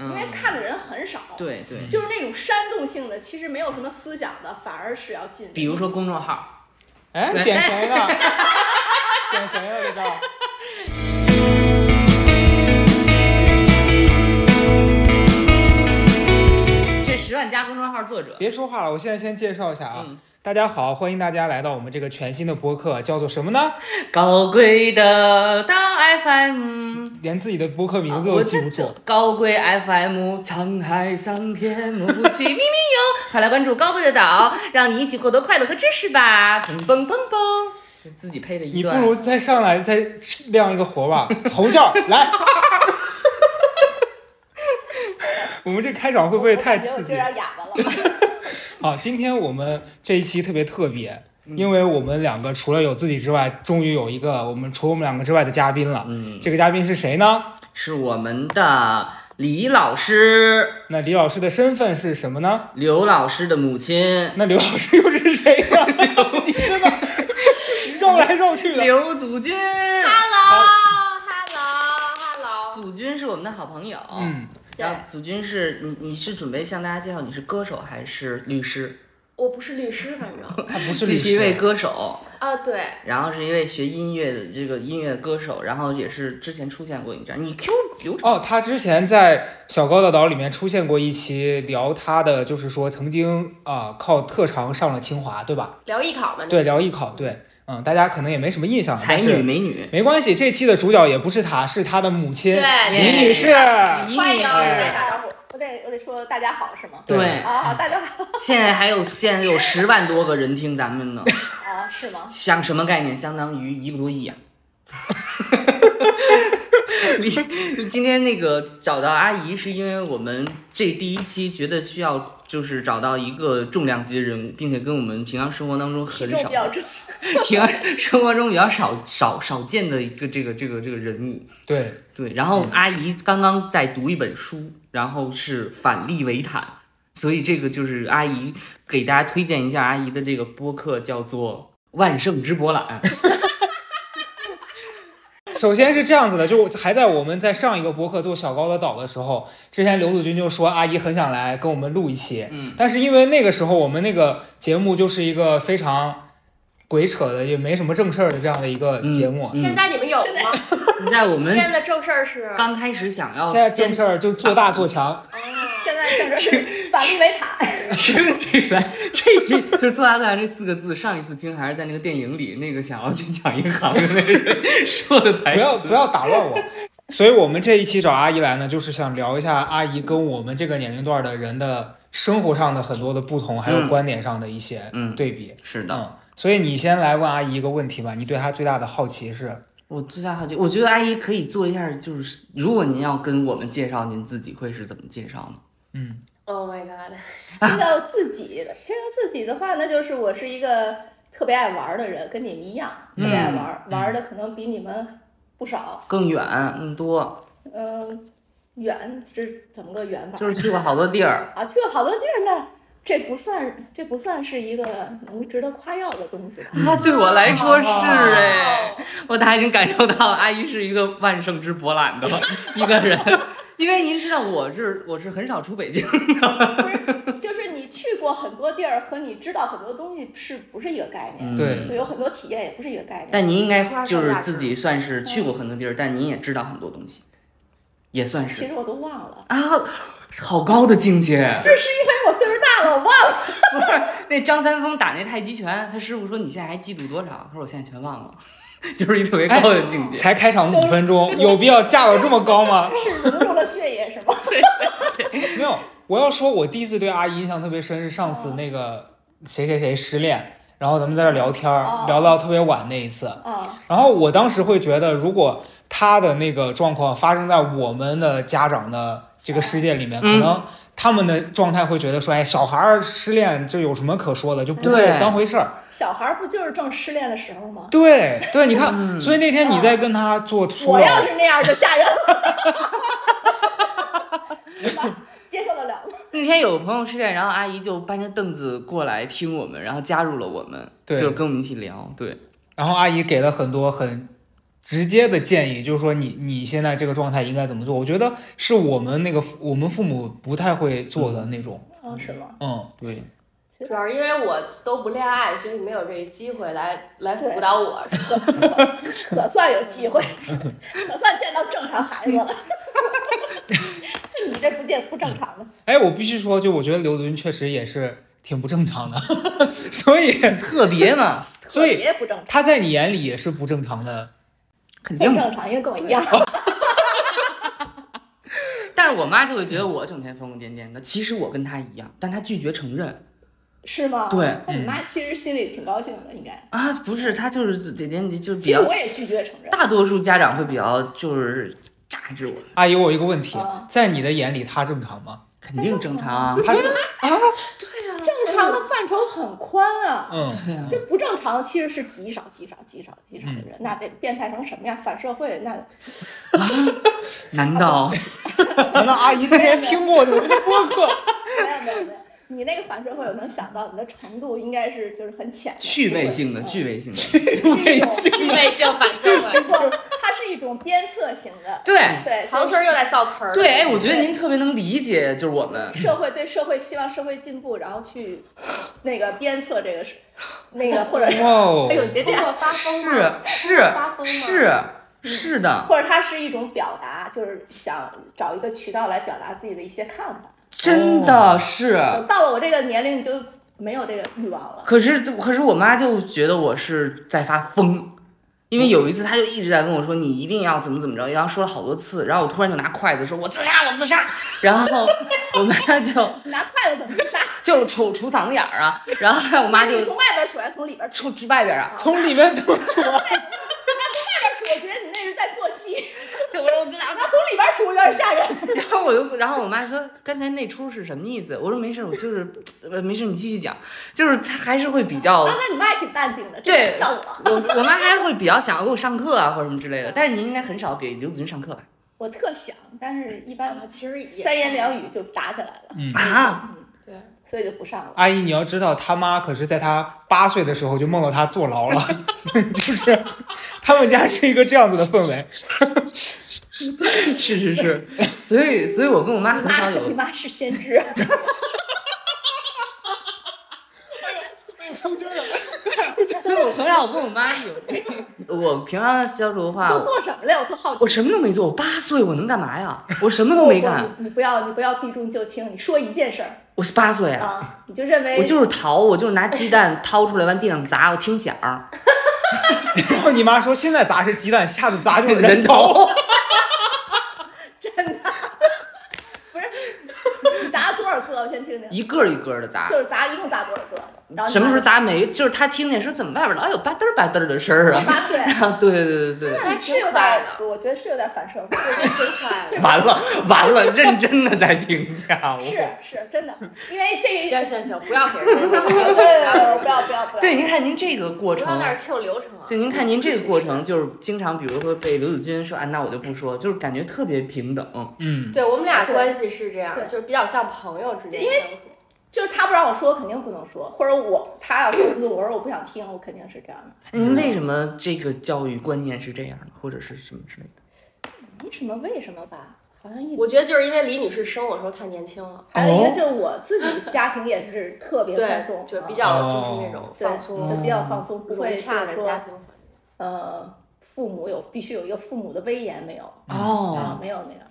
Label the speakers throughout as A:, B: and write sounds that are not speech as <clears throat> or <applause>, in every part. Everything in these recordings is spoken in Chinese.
A: 嗯很少。
B: 对对，
A: 就是那种煽动性的，其实没有什么思想的，反而是要禁。
B: 比如说公众号，
C: 哎，点谁呢？ <laughs> 点谁呢？这招？
B: 这十万加公众号作者，
C: 别说话了，我现在先介绍一下啊。
B: 嗯，
C: 大家好，欢迎大家来到我们这个全新的播客，叫做什么呢？
B: 高贵的大 FM，
C: 连自己的播客名字
B: 啊我
C: 都记不
B: 这
C: 住。
B: 高贵 FM，沧海桑田，抹不去咪咪哟， <laughs> 快来关注高贵的岛，让你一起获得快乐和知识吧！蹦蹦蹦蹦，就自己配的一
C: 你不
B: 段，
C: 如再上来再亮一个活吧，猴叫来！ <laughs> 我们这开场会不会太
A: 我
C: 刺
A: 感觉
C: 激
A: 我有点哑巴了。
C: 啊？今天我们这一期特别特别，因为我们两个除了有自己之外，终于有一个我们除我们两个之外的嘉宾了。
B: 嗯，
C: 这个嘉宾是谁呢？
B: 是我们的李老师，
C: 那李老师的身份是什么呢？
B: 刘老师的母亲，
C: 那刘老师又是谁
B: <laughs>
C: 呢？你真的绕来绕去的。
B: 刘祖君。
A: <laughs> Hello，Hello，Hello。
B: 祖君是我们的好朋友，
C: 嗯，
B: 然后祖君是你，你是准备向大家介绍你是歌手还是律师？
A: 我不是律师，反正
C: 他不是
B: 你
C: 律
B: 是一位
C: 师，
B: 歌手，
A: <laughs> 啊，对，
B: 然后是一位学音乐的这个音乐歌手，然后也是之前出现过你这样，你 Q 流程
C: 哦，他之前在《小高的岛》里面出现过一期，聊他的就是说曾经啊、靠特长上了清华，对吧？
A: 聊艺考嘛
C: 对，聊艺考，对，嗯，大家可能也没什么印象，
B: 才
C: 啊但
B: 女
C: 是
B: 美女，
C: 没关系，这期的主角也不是他，是他的母亲
A: 对
C: 李女士。
B: 李
A: 欢
B: 女
A: 迎，
C: 哎
A: 我得
B: 士，
A: 打招呼，我得我得说大家好是吗？
B: 对，
A: 啊，好，大家好
B: 现在还有现在有十万多个人听咱们呢，
A: 啊，是吗？
B: 像什么概念？相当于一个多亿啊！ <laughs> 你今天那个找到阿姨，是因为我们这第一期觉得需要，就是找到一个重量级的人物，并且跟我们平常生活当中很
A: 重
B: 少
A: 比、较重，
B: 平常生活中比较少、少少见的一个这个这个这个人物。
C: 对，
B: 对，然
A: 嗯
B: 后阿姨刚刚在读一本书，然后是反利维坦，所以这个就是阿姨给大家推荐一下阿姨的这个播客，叫做《万圣之博览》。 <laughs>
C: 首先是这样子的，就还在我们在上一个博客做小高的岛的时候，之前刘子君就说阿姨很想来跟我们录一期，
B: 嗯，
C: 但是因为那个时候我们那个节目就是一个非常鬼扯的，也没什么正事儿的这样的一个节目，
B: 嗯
D: 现在你们有吗？
B: 现在我们
A: <laughs>
D: 现在的正事儿是
B: 刚开始想要
C: 现在
B: 先
C: 正事儿就做大做强，
A: 现在正是反利维坦，
B: 听起来，这句就是“做大自然”这四个字，上一次听还是在那个电影里，那个想要去抢银行的那个人说的台
C: 不要
B: 词。
C: 不要打乱我。所以我们这一期找阿姨来呢，就是想聊一下阿姨跟我们这个年龄段的人的生活上的很多的不同，还有观点上的一些
B: 嗯，
C: 对比。
B: 是
C: 嗯
B: 的，
C: 所以你先来问阿姨一个问题吧，你对她最大的好奇是？
B: 我最大好奇，我觉得阿姨可以做一下，就是如果您要跟我们介绍您自己，会是怎么介绍呢？
C: 嗯，
D: ，Oh my god， <laughs>
A: 介绍自己的，介绍自己的话，那就是我是一个特别爱玩儿的人，跟你们一样，
D: 嗯
A: 特别爱玩儿，玩儿的可能比你们不少。
B: 更远更多，
A: 嗯，远这是怎么个远法？
B: 就是去过好多地
D: <laughs>
B: 儿，
A: 啊，去了好多地儿呢。这不算，这不算是一个能值得夸耀的东
B: <laughs>
A: 西吧？
B: 那对我来说是哎，我大家已经感受到了阿姨是一个万圣之博览的 <laughs> 一个人，因为您知道我是我是很少出北京，
A: 就是你去过很多地儿和你知道很多东西是不是一个概
B: 嗯
A: 念？
C: 对
A: 就有很多体验也不是一个概念。
B: 但您应该就是自己算
A: 嗯
B: 是去过很多地儿，但您也知道很多东西，也算
A: 其
B: 是
A: 实我都忘了，
B: 啊，好高的境界。
A: 这是因为我岁数大了，我忘了。
B: <laughs> 不是那张三丰打那太极拳，他师傅说你现在还记住多少？他说我现在全忘了， <laughs> 就是一特别高
A: 哎
B: 的境界。
C: 才开场五分钟，有必要架到这么高吗？ <laughs>
A: 是浓重的血液是吗？
C: 没有，我要说，我第一次对阿姨印象特别深是上
B: 哦
C: 次那个谁谁谁失恋，然后咱们在这儿聊天儿，
A: 哦
C: 聊到特别晚那一次。
A: 啊，
C: 然后我当时会觉得，如果她的那个状况发生在我们的家长的这个世界里面，可
B: 嗯
C: 能他们的状态会觉得说，哎，小孩儿失恋这有什么可说的，就不会
B: 对
C: 当回事儿。
A: 小孩儿不就是正失恋的时候吗？
C: 对对，你看，
B: 嗯
C: 所以那天你在跟他做疏
A: 我
C: 导，
A: 要是那样就吓人 <laughs> 了，是吧？接受得了吗？
B: 那天有朋友失恋，然后阿姨就搬着凳子过来听我们，然后加入了我们，
C: 对
B: 就是跟我们一起聊。对，
C: 然后阿姨给了很多很直接的建议，就是说你你现在这个状态应该怎么做？我觉得是我们那个父我们父母不太会做的那种，
A: 哦，是吗？
C: 嗯，
B: 对，
D: 主要是因为我都不恋爱，所以没有这个机会来来
A: 对
D: 辅
A: <laughs>
D: 导我。
A: 可算有机会，可算见到正常孩子了。 <laughs> 就你这不见不正常的，
C: 哎，我必须说，就我觉得刘子君确实也是挺不正常的， <laughs> 所以
B: 特别嘛，
A: <laughs>
C: 所
A: 特
C: 以
A: 别不正常，
C: 他在你眼里也是不正常的。
B: 肯
A: 不
B: 定
A: 正常，因为跟我一样。
B: 但是我妈就会觉得我整天疯疯癫癫的，其实我跟她一样，但她拒绝承认
A: 哦是吗？
B: 对嗯
A: 那你妈其实心里挺高兴的，应该。
B: 啊，不是，她就是姐姐，你就比
A: 其实
B: 较
A: 我也拒绝承认。
B: 大多数家长会比较就是榨汁我，
C: 阿姨，我有一个问题
A: 啊，
C: 在你的眼里他正常吗？
B: 肯定正常啊，
D: 哎
C: 他是
D: 啊
A: 正常的范畴很宽啊， <laughs>
C: 嗯，
B: 对啊，
A: 这不正常其实是极少极少极少极少的
D: 嗯
A: 人，那得变态成什么样，反社会那 <laughs>
B: 难
D: <laughs>
B: 道
C: 原来阿姨之前听过我们的播
A: <laughs>
C: 客，
A: 没有没有没有，哎你那个反社会我能想到你的程度应该是就是很
D: <laughs>
A: 浅的
B: 趣味性的
A: 嗯
B: 趣味性的，
A: 是一种
D: 趣味性反社会，
A: 它是一种鞭策型的，
B: 对
A: <laughs> 对，
D: 曹
A: 就
D: 春
A: 是
D: 又来造词儿。
B: 对，哎，我觉得您特别能理解，就是我们
A: 社会对社会希望社会进步，然后去那个鞭策这个是那个或者是
C: 哇哦
A: 哎，呦你别这
D: 通
A: 样，啊
D: 过发疯吗
B: 是是
D: 发疯吗嗯哦
B: 是是的，
A: 或者它是一种表达，就是想找一个渠道来表达自己的一些看法。
B: 真的是。
D: 哦
A: 等到了我这个年龄，你就没有这个欲望了。
B: 可是，可是我妈就觉得我是在发疯，因为有一次她就一直在跟我说你一定要怎么怎么着，然后说了好多次，然后我突然就拿筷子说我自杀，我自杀，然后我妈就
A: 拿筷子怎么杀？
B: 就杵杵嗓子眼儿啊，然后后来我妈就
A: 你从外边杵还是从里边杵？
B: 杵指外边儿啊，
C: 从里面走出来，
A: 外边杵，我觉得你那是在做戏；
B: 对我说我自杀，我自杀
A: 从里边杵有点吓人。
B: <laughs> 然后我就，然后我妈说刚才那出是什么意思？我说没事儿，我就是呃没事儿，你继续讲，就是她还是会比较
A: 啊，那你妈也挺淡定的，这
B: 对
A: 个像我，
B: 我我妈还是会比较想给我上课啊或者什么之类的，但是您应该很少给刘子君上课吧？
A: 我特想，但是一般
D: 啊其实也是
A: 三言两语就打起来了，
B: 啊。
D: 对，
A: 所以就不上了。
C: 阿姨，你要知道，他妈可是在他八岁的时候就梦到他坐牢了， <laughs> 就是他们家是一个这样子的氛围。
B: 是
A: <laughs>
B: 是是，所以所以我跟我妈很少
A: 你
B: 有，
A: 妈 <laughs> 是先知，
C: 抽筋了，
B: 所以我很少跟我妈有。我平常的交流的话
A: 都，做什么啊了？我特好奇。
B: 我什么都没做，我八岁我能干嘛呀？我什么都没
A: 不
B: 干，
A: 不你不要，你不要避重就轻，你说一件事儿
B: 我是八岁啊，
A: 啊，你就认为
B: 我就是淘，我就是拿鸡蛋掏出来往地上砸，我听响
A: <laughs>
B: 儿，
C: 然后你妈说现在砸是鸡蛋，下次砸就是
B: 人
C: 头。
B: 头。
A: 不是你砸了多少个？我先听听，
B: 一个儿一个儿的砸
A: 就。是砸一共砸多少个？然后你
B: 什么时候
A: 妈
B: 砸没？就是他听见说怎么外边老有吧嘚儿吧嘚儿的声儿啊！ <laughs>
A: 八 <laughs> 岁？
B: 啊，对对对对
A: 那你是有
D: 挺快
A: 点
D: 的，
A: 我觉得是有点反社
D: <laughs>
A: 会。
D: 真快
A: 确实
B: 对，
D: 乐。
B: 完了完了，认真的在评价我。
A: 是是真的，因为这
D: 行
A: 个
D: 行行，不要给人
A: 不
D: 家
A: 要
D: 不
A: 不
D: 要
A: 要
D: 给人家
A: 不要不要不要，
B: 对，您看您这个过
D: 不
B: 程，
D: 要在那儿 Q 流程啊
B: 就。您看您这个过程，就是经常，比如说被刘子君说啊，那我就不说，就是感觉特别平等。
C: 嗯，
D: 对我们俩
A: 对
D: 关系是这样
A: 对，
D: 就是比较像朋友之间
A: 因
D: 相处。
A: 就是他不让我说，肯定不能说，或者我他要说，我说我不想听，我肯定是这样的。
B: 您为什么这个教育观念是这样的，或者是什么之类的？
A: 没什么为什么吧，好像一
D: 我觉得就是因为李女士生我的时候太年轻了，
A: 还有一
C: 哦
A: 个就是我自己家庭也是特别
D: 对
A: 放松，，
D: 就
A: 啊
D: 比
B: 哦
D: 较就是那种
A: 对
D: 放松、
A: 就比较放松，不
D: 融
A: 会就
D: 洽
A: 是
D: 的
A: 说
D: 家庭环境。
A: 呃，父母有必须有一个父母的威严没有
C: 嗯
B: 哦，
A: 啊，没有那样。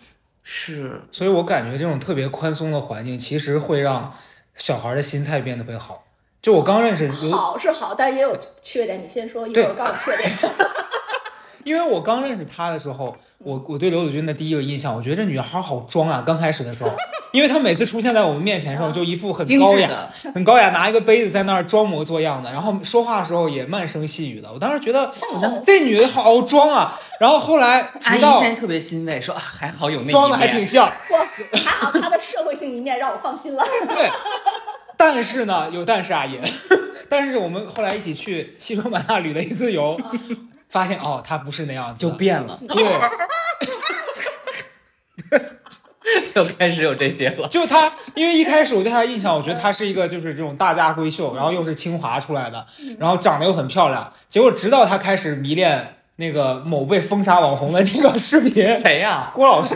B: 是，
C: 所以我感觉这种特别宽松的环境，其实会让小孩的心态变得特别好。就我刚认识刘，
A: 好是好，但是也有缺点。你先说，一会儿我告诉你缺点。
C: 因为我刚认识她的时候，我我对刘子君的第一个印象，我觉得这女孩好装啊。刚开始的时候，因为她每次出现在我们面前的时候，就一副很
B: 精
C: 高
B: 致
C: 雅、
B: 的，
C: 很高雅，拿一个杯子在那儿装模作样的，然后说话的时候也慢声细语的。我当时觉得这女的好装啊，然后后来
B: 阿
C: 直
B: 姨
C: 到
B: 现在特别欣慰，说啊，还好有那一
C: 装的还挺
B: 面
C: 像， <laughs>
A: 我还好，啊他的社会性一面让我放心了。
C: 对，但是呢，有但是啊也， <laughs> 但是我们后来一起去西双版纳旅了一次游，
B: 嗯
C: 发现哦，他不是那样子
B: 就
C: 的，
B: 变了，
C: 对，
B: 就开始有这些了。
C: 就他，因为一开始我对他的印象，我觉得他是一个就是这种大家嗯闺秀，然后又是清华出来的，然后长得又很漂亮，结果直到他开始迷恋那个某被封杀网红的这个视频，
B: 谁啊呀、
C: <laughs> 郭老师。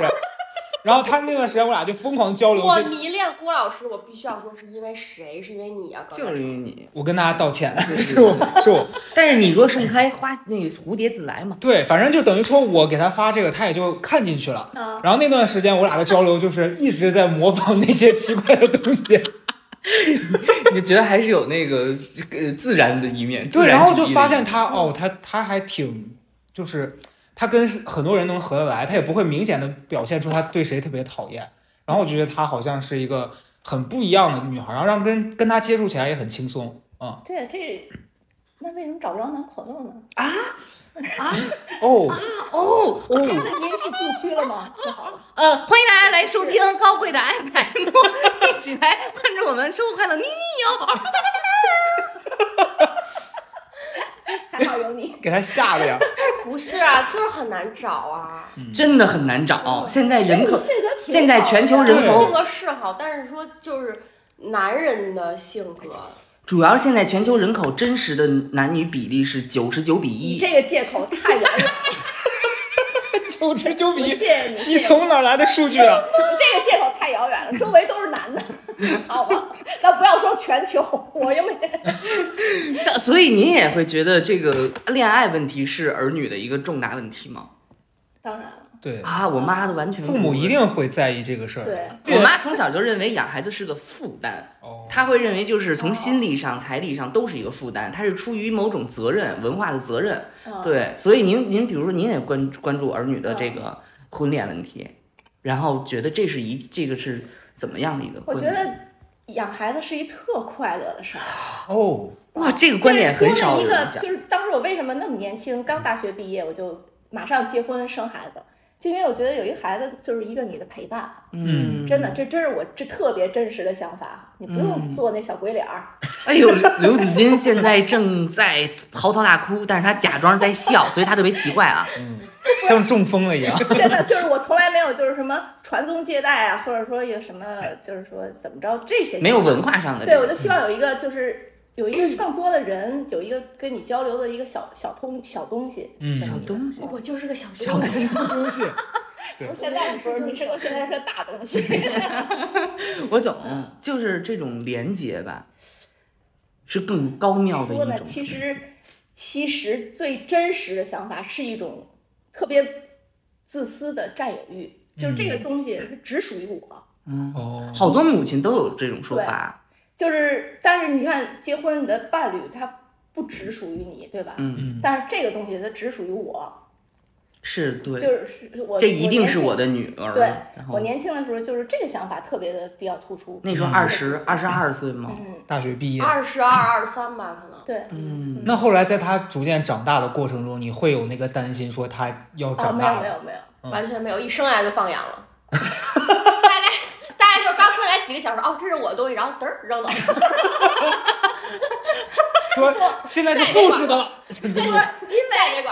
C: 然后他那段时间，我俩就疯狂交流
D: 我
C: 这。
D: 迷恋郭老师，我必须要说是因为谁？是因为你啊，高大
B: 就
D: 上
B: 是你。
C: 我跟大家道歉，
B: 对
C: <laughs> 是我是我
B: 但是你若盛开，花那个蝴蝶自来嘛。
C: 对，反正就等于说我给他发这个，他也就看进去了。
A: 啊，
C: 然后那段时间，我俩的交流就是一直在模仿那些奇怪的东西。
B: 你觉得还是有那个呃自然的一面。
C: 对，
B: 自
C: 然后
B: 之
C: 就
B: 一的嗯
C: 发
B: 一面
C: 现他哦，他他还挺，就是他跟很多人能合得来，他也不会明显的表现出他对谁特别讨厌。然后我就觉得她好像是一个很不一样的女孩，然后让跟跟她接触起来也很轻松。嗯，
A: 对这，那为什么找不着男朋友呢？
C: 哦，
B: 哦，
A: 他的您是禁区了吗？那好了，
B: 呃，欢迎大家来收听高贵的 FM，一起来看着我们生活快乐。你
A: 还好有你。
C: 给她吓
B: <laughs>
C: 的呀！
D: 不是啊，就是很难找啊。
B: <laughs> 真的很难找，啊现在人口
A: 你性格挺好的
B: 现在全球人
C: 对
B: 口
D: 性格是好，但是说就是男人的性格，
B: 主要是现在全球人口真实的男女比例是九十九比
A: 你
B: 一，
A: 这个借口太远了，
C: 九十九比
A: 我
C: 一，
A: 谢谢你，谢
C: 你
A: 谢你
C: 从哪儿来的数据啊？
A: <laughs> 这个借口太遥远了，周围都是男
B: <laughs>
A: 的，好吧？咱不要说全球，我又没
B: 这所以您也会觉得这个恋爱问题是儿女的一个重大问题吗？
A: 当然了，
C: 对，
B: 啊，我妈的完全
C: 父母一，定会在意这个事儿。
A: 对，
B: 我妈从小就认为养孩子是个负担，
C: 哦，
B: 她会认为就是从心理上、财力上都是一个负担，她是出于某种责任、文化的责任。
A: 嗯，
B: 对，所以您您比如说您也关关注儿女的这个婚恋问题，然后觉得这是一这个是怎么样的一个
A: 我
B: 观
A: 觉
B: 点？
A: 得养孩子是一特快乐的事儿。
C: 哦，
B: 哇，这个观点很少有人
A: 就是多了一个
B: 讲。
A: 就是当时我为什么那么年轻，刚大学毕业我就马上结婚生孩子，就因为我觉得有一个孩子就是一个你的陪伴，
B: 嗯，
A: 真的，这真是我这特别真实的想法，你不用做那小鬼脸儿，
B: <laughs> 哎呦，刘子金现在正在嚎啕大哭，但是他假装在笑，所以他特别奇怪啊。
C: 嗯像中风了一样。
A: 真的就是我从来没有就是什么传宗接代啊，或者说有什么就是说怎么着这些
B: 没有文化上的这
A: 对，
B: 个嗯
A: 我就希望有一个就是有一
B: <clears throat>
A: 个更多的人，有一个跟你交流的一个小小通小东西。
C: 嗯
A: 小
B: 东西
D: 我就是个小
B: 小 <laughs>
D: 姑娘
B: 东西。
C: 东西，
A: 不是现在你说你是我现在是个大东西，
B: 嗯
A: <laughs>
B: 我懂，就是这种连接吧，是更高妙的一
A: 说
B: 种
A: 呢，
B: 层次。
A: 其实其实最真实的想法是一种特别自私的占有欲，就是这个东西只属于我。
B: 嗯，
C: 哦，
B: 好多母亲都有这种说法。
A: 就是，但是你看，结婚你的伴侣他不只属于你，对吧？
B: 嗯，
C: 嗯，
A: 但是这个东西它只属于我，
B: 是对，
A: 就是我
B: 这一定是我
A: 的。
B: 的女儿。
A: 对
B: 然
A: 我
B: 后
A: 年轻的时候就是这个想法特别的比较突出。
B: 那时候
C: 嗯
B: 二十二十二岁嘛，
A: 嗯，
C: 大学毕业。
D: 二十二、二三吧，可能。
A: 对，
B: 嗯，
C: 那后来在他逐渐长大的过程中，你会有那个担心说他要
A: 啊，
C: 长
A: 没有
C: 大
A: 没
C: 了？
A: 有没有，
C: 嗯
D: 完全没有，一生下来就放养
C: <laughs>
D: 了。大概大概就是刚生下来几个小时，哦，这是我的东西，然后嘚儿扔了。
A: <laughs>
C: 说现在是护士的了，
D: 再没管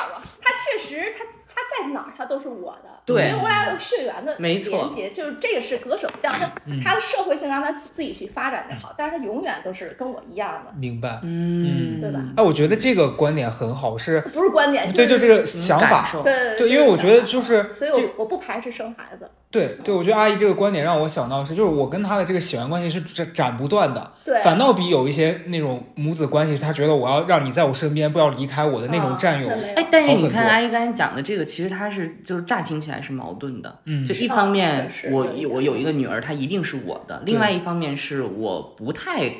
D: 过。
A: 他确实他他在哪儿他都是我的，
B: 对
A: 因为我俩有血缘的
B: 没错
A: 连接，就是这个是割舍不掉，他
C: 嗯
A: 他的社会性让他自己去发展就好，但是他永远都是跟我一样的，
C: 明白？
B: 嗯，
A: 对吧？
C: 哎，我觉得这个观点很好，是
A: 不哎是观点，
C: 对，就是这个想法。
B: 受，
A: 对
C: 对，因为我觉得就是
A: 所以
C: 这，
A: 我我不排斥生孩子，
C: 对对，我觉得阿姨这个观点让我想到是，就是我跟她的这个血缘关系是斩斩不断的，
A: 对，
C: 反倒比有一些那种母子关系，她觉得我要让你在我身边，不要离开我的那
A: 啊
C: 种占有，
A: 那没有
B: 哎，但是
C: 好
B: 你
C: 很
B: 看
C: 多
B: 阿姨刚才讲的这个，其实它是就是乍听起来是矛盾的，
C: 嗯
B: 就一
A: 啊
B: 方面
A: 是是
B: 我
A: 有一点
B: 我有一个女儿，她一定是我的；，另
C: 对
B: 外一方面是我不太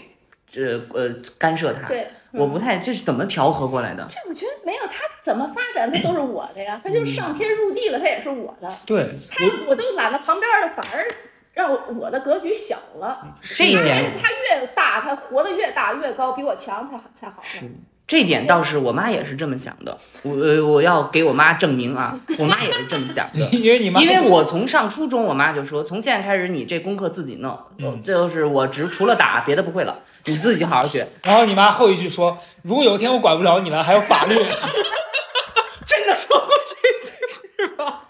B: 呃呃干涉她，
A: 对，嗯
B: 我不太这是怎么调和过来的？
A: 这我觉得没有他怎么发展，他都是我的呀，他
C: 嗯
A: 就是上天入地了，他也是我的，
C: 对，
A: 他我都懒得旁边的，反而让我我的格局小了。
B: 嗯这一
A: 他
B: 点
A: 越他越大，他活得越大越高，比我强才好才好呢。
B: 这点倒是我妈也是这么想的，我呃我要给我妈证明啊，我妈也是这么想的。
C: <laughs> 因为你妈
B: 因为我从上初中，我妈就说，从现在开始你这功课自己弄，
C: 嗯
B: 这就是我只除了打别的不会了，你自己好
A: <laughs>
B: 好学。
C: 然后你妈后一句说：“如果有一天我管不了你了，还有法律。
B: <laughs> 真的说过这句是吧？”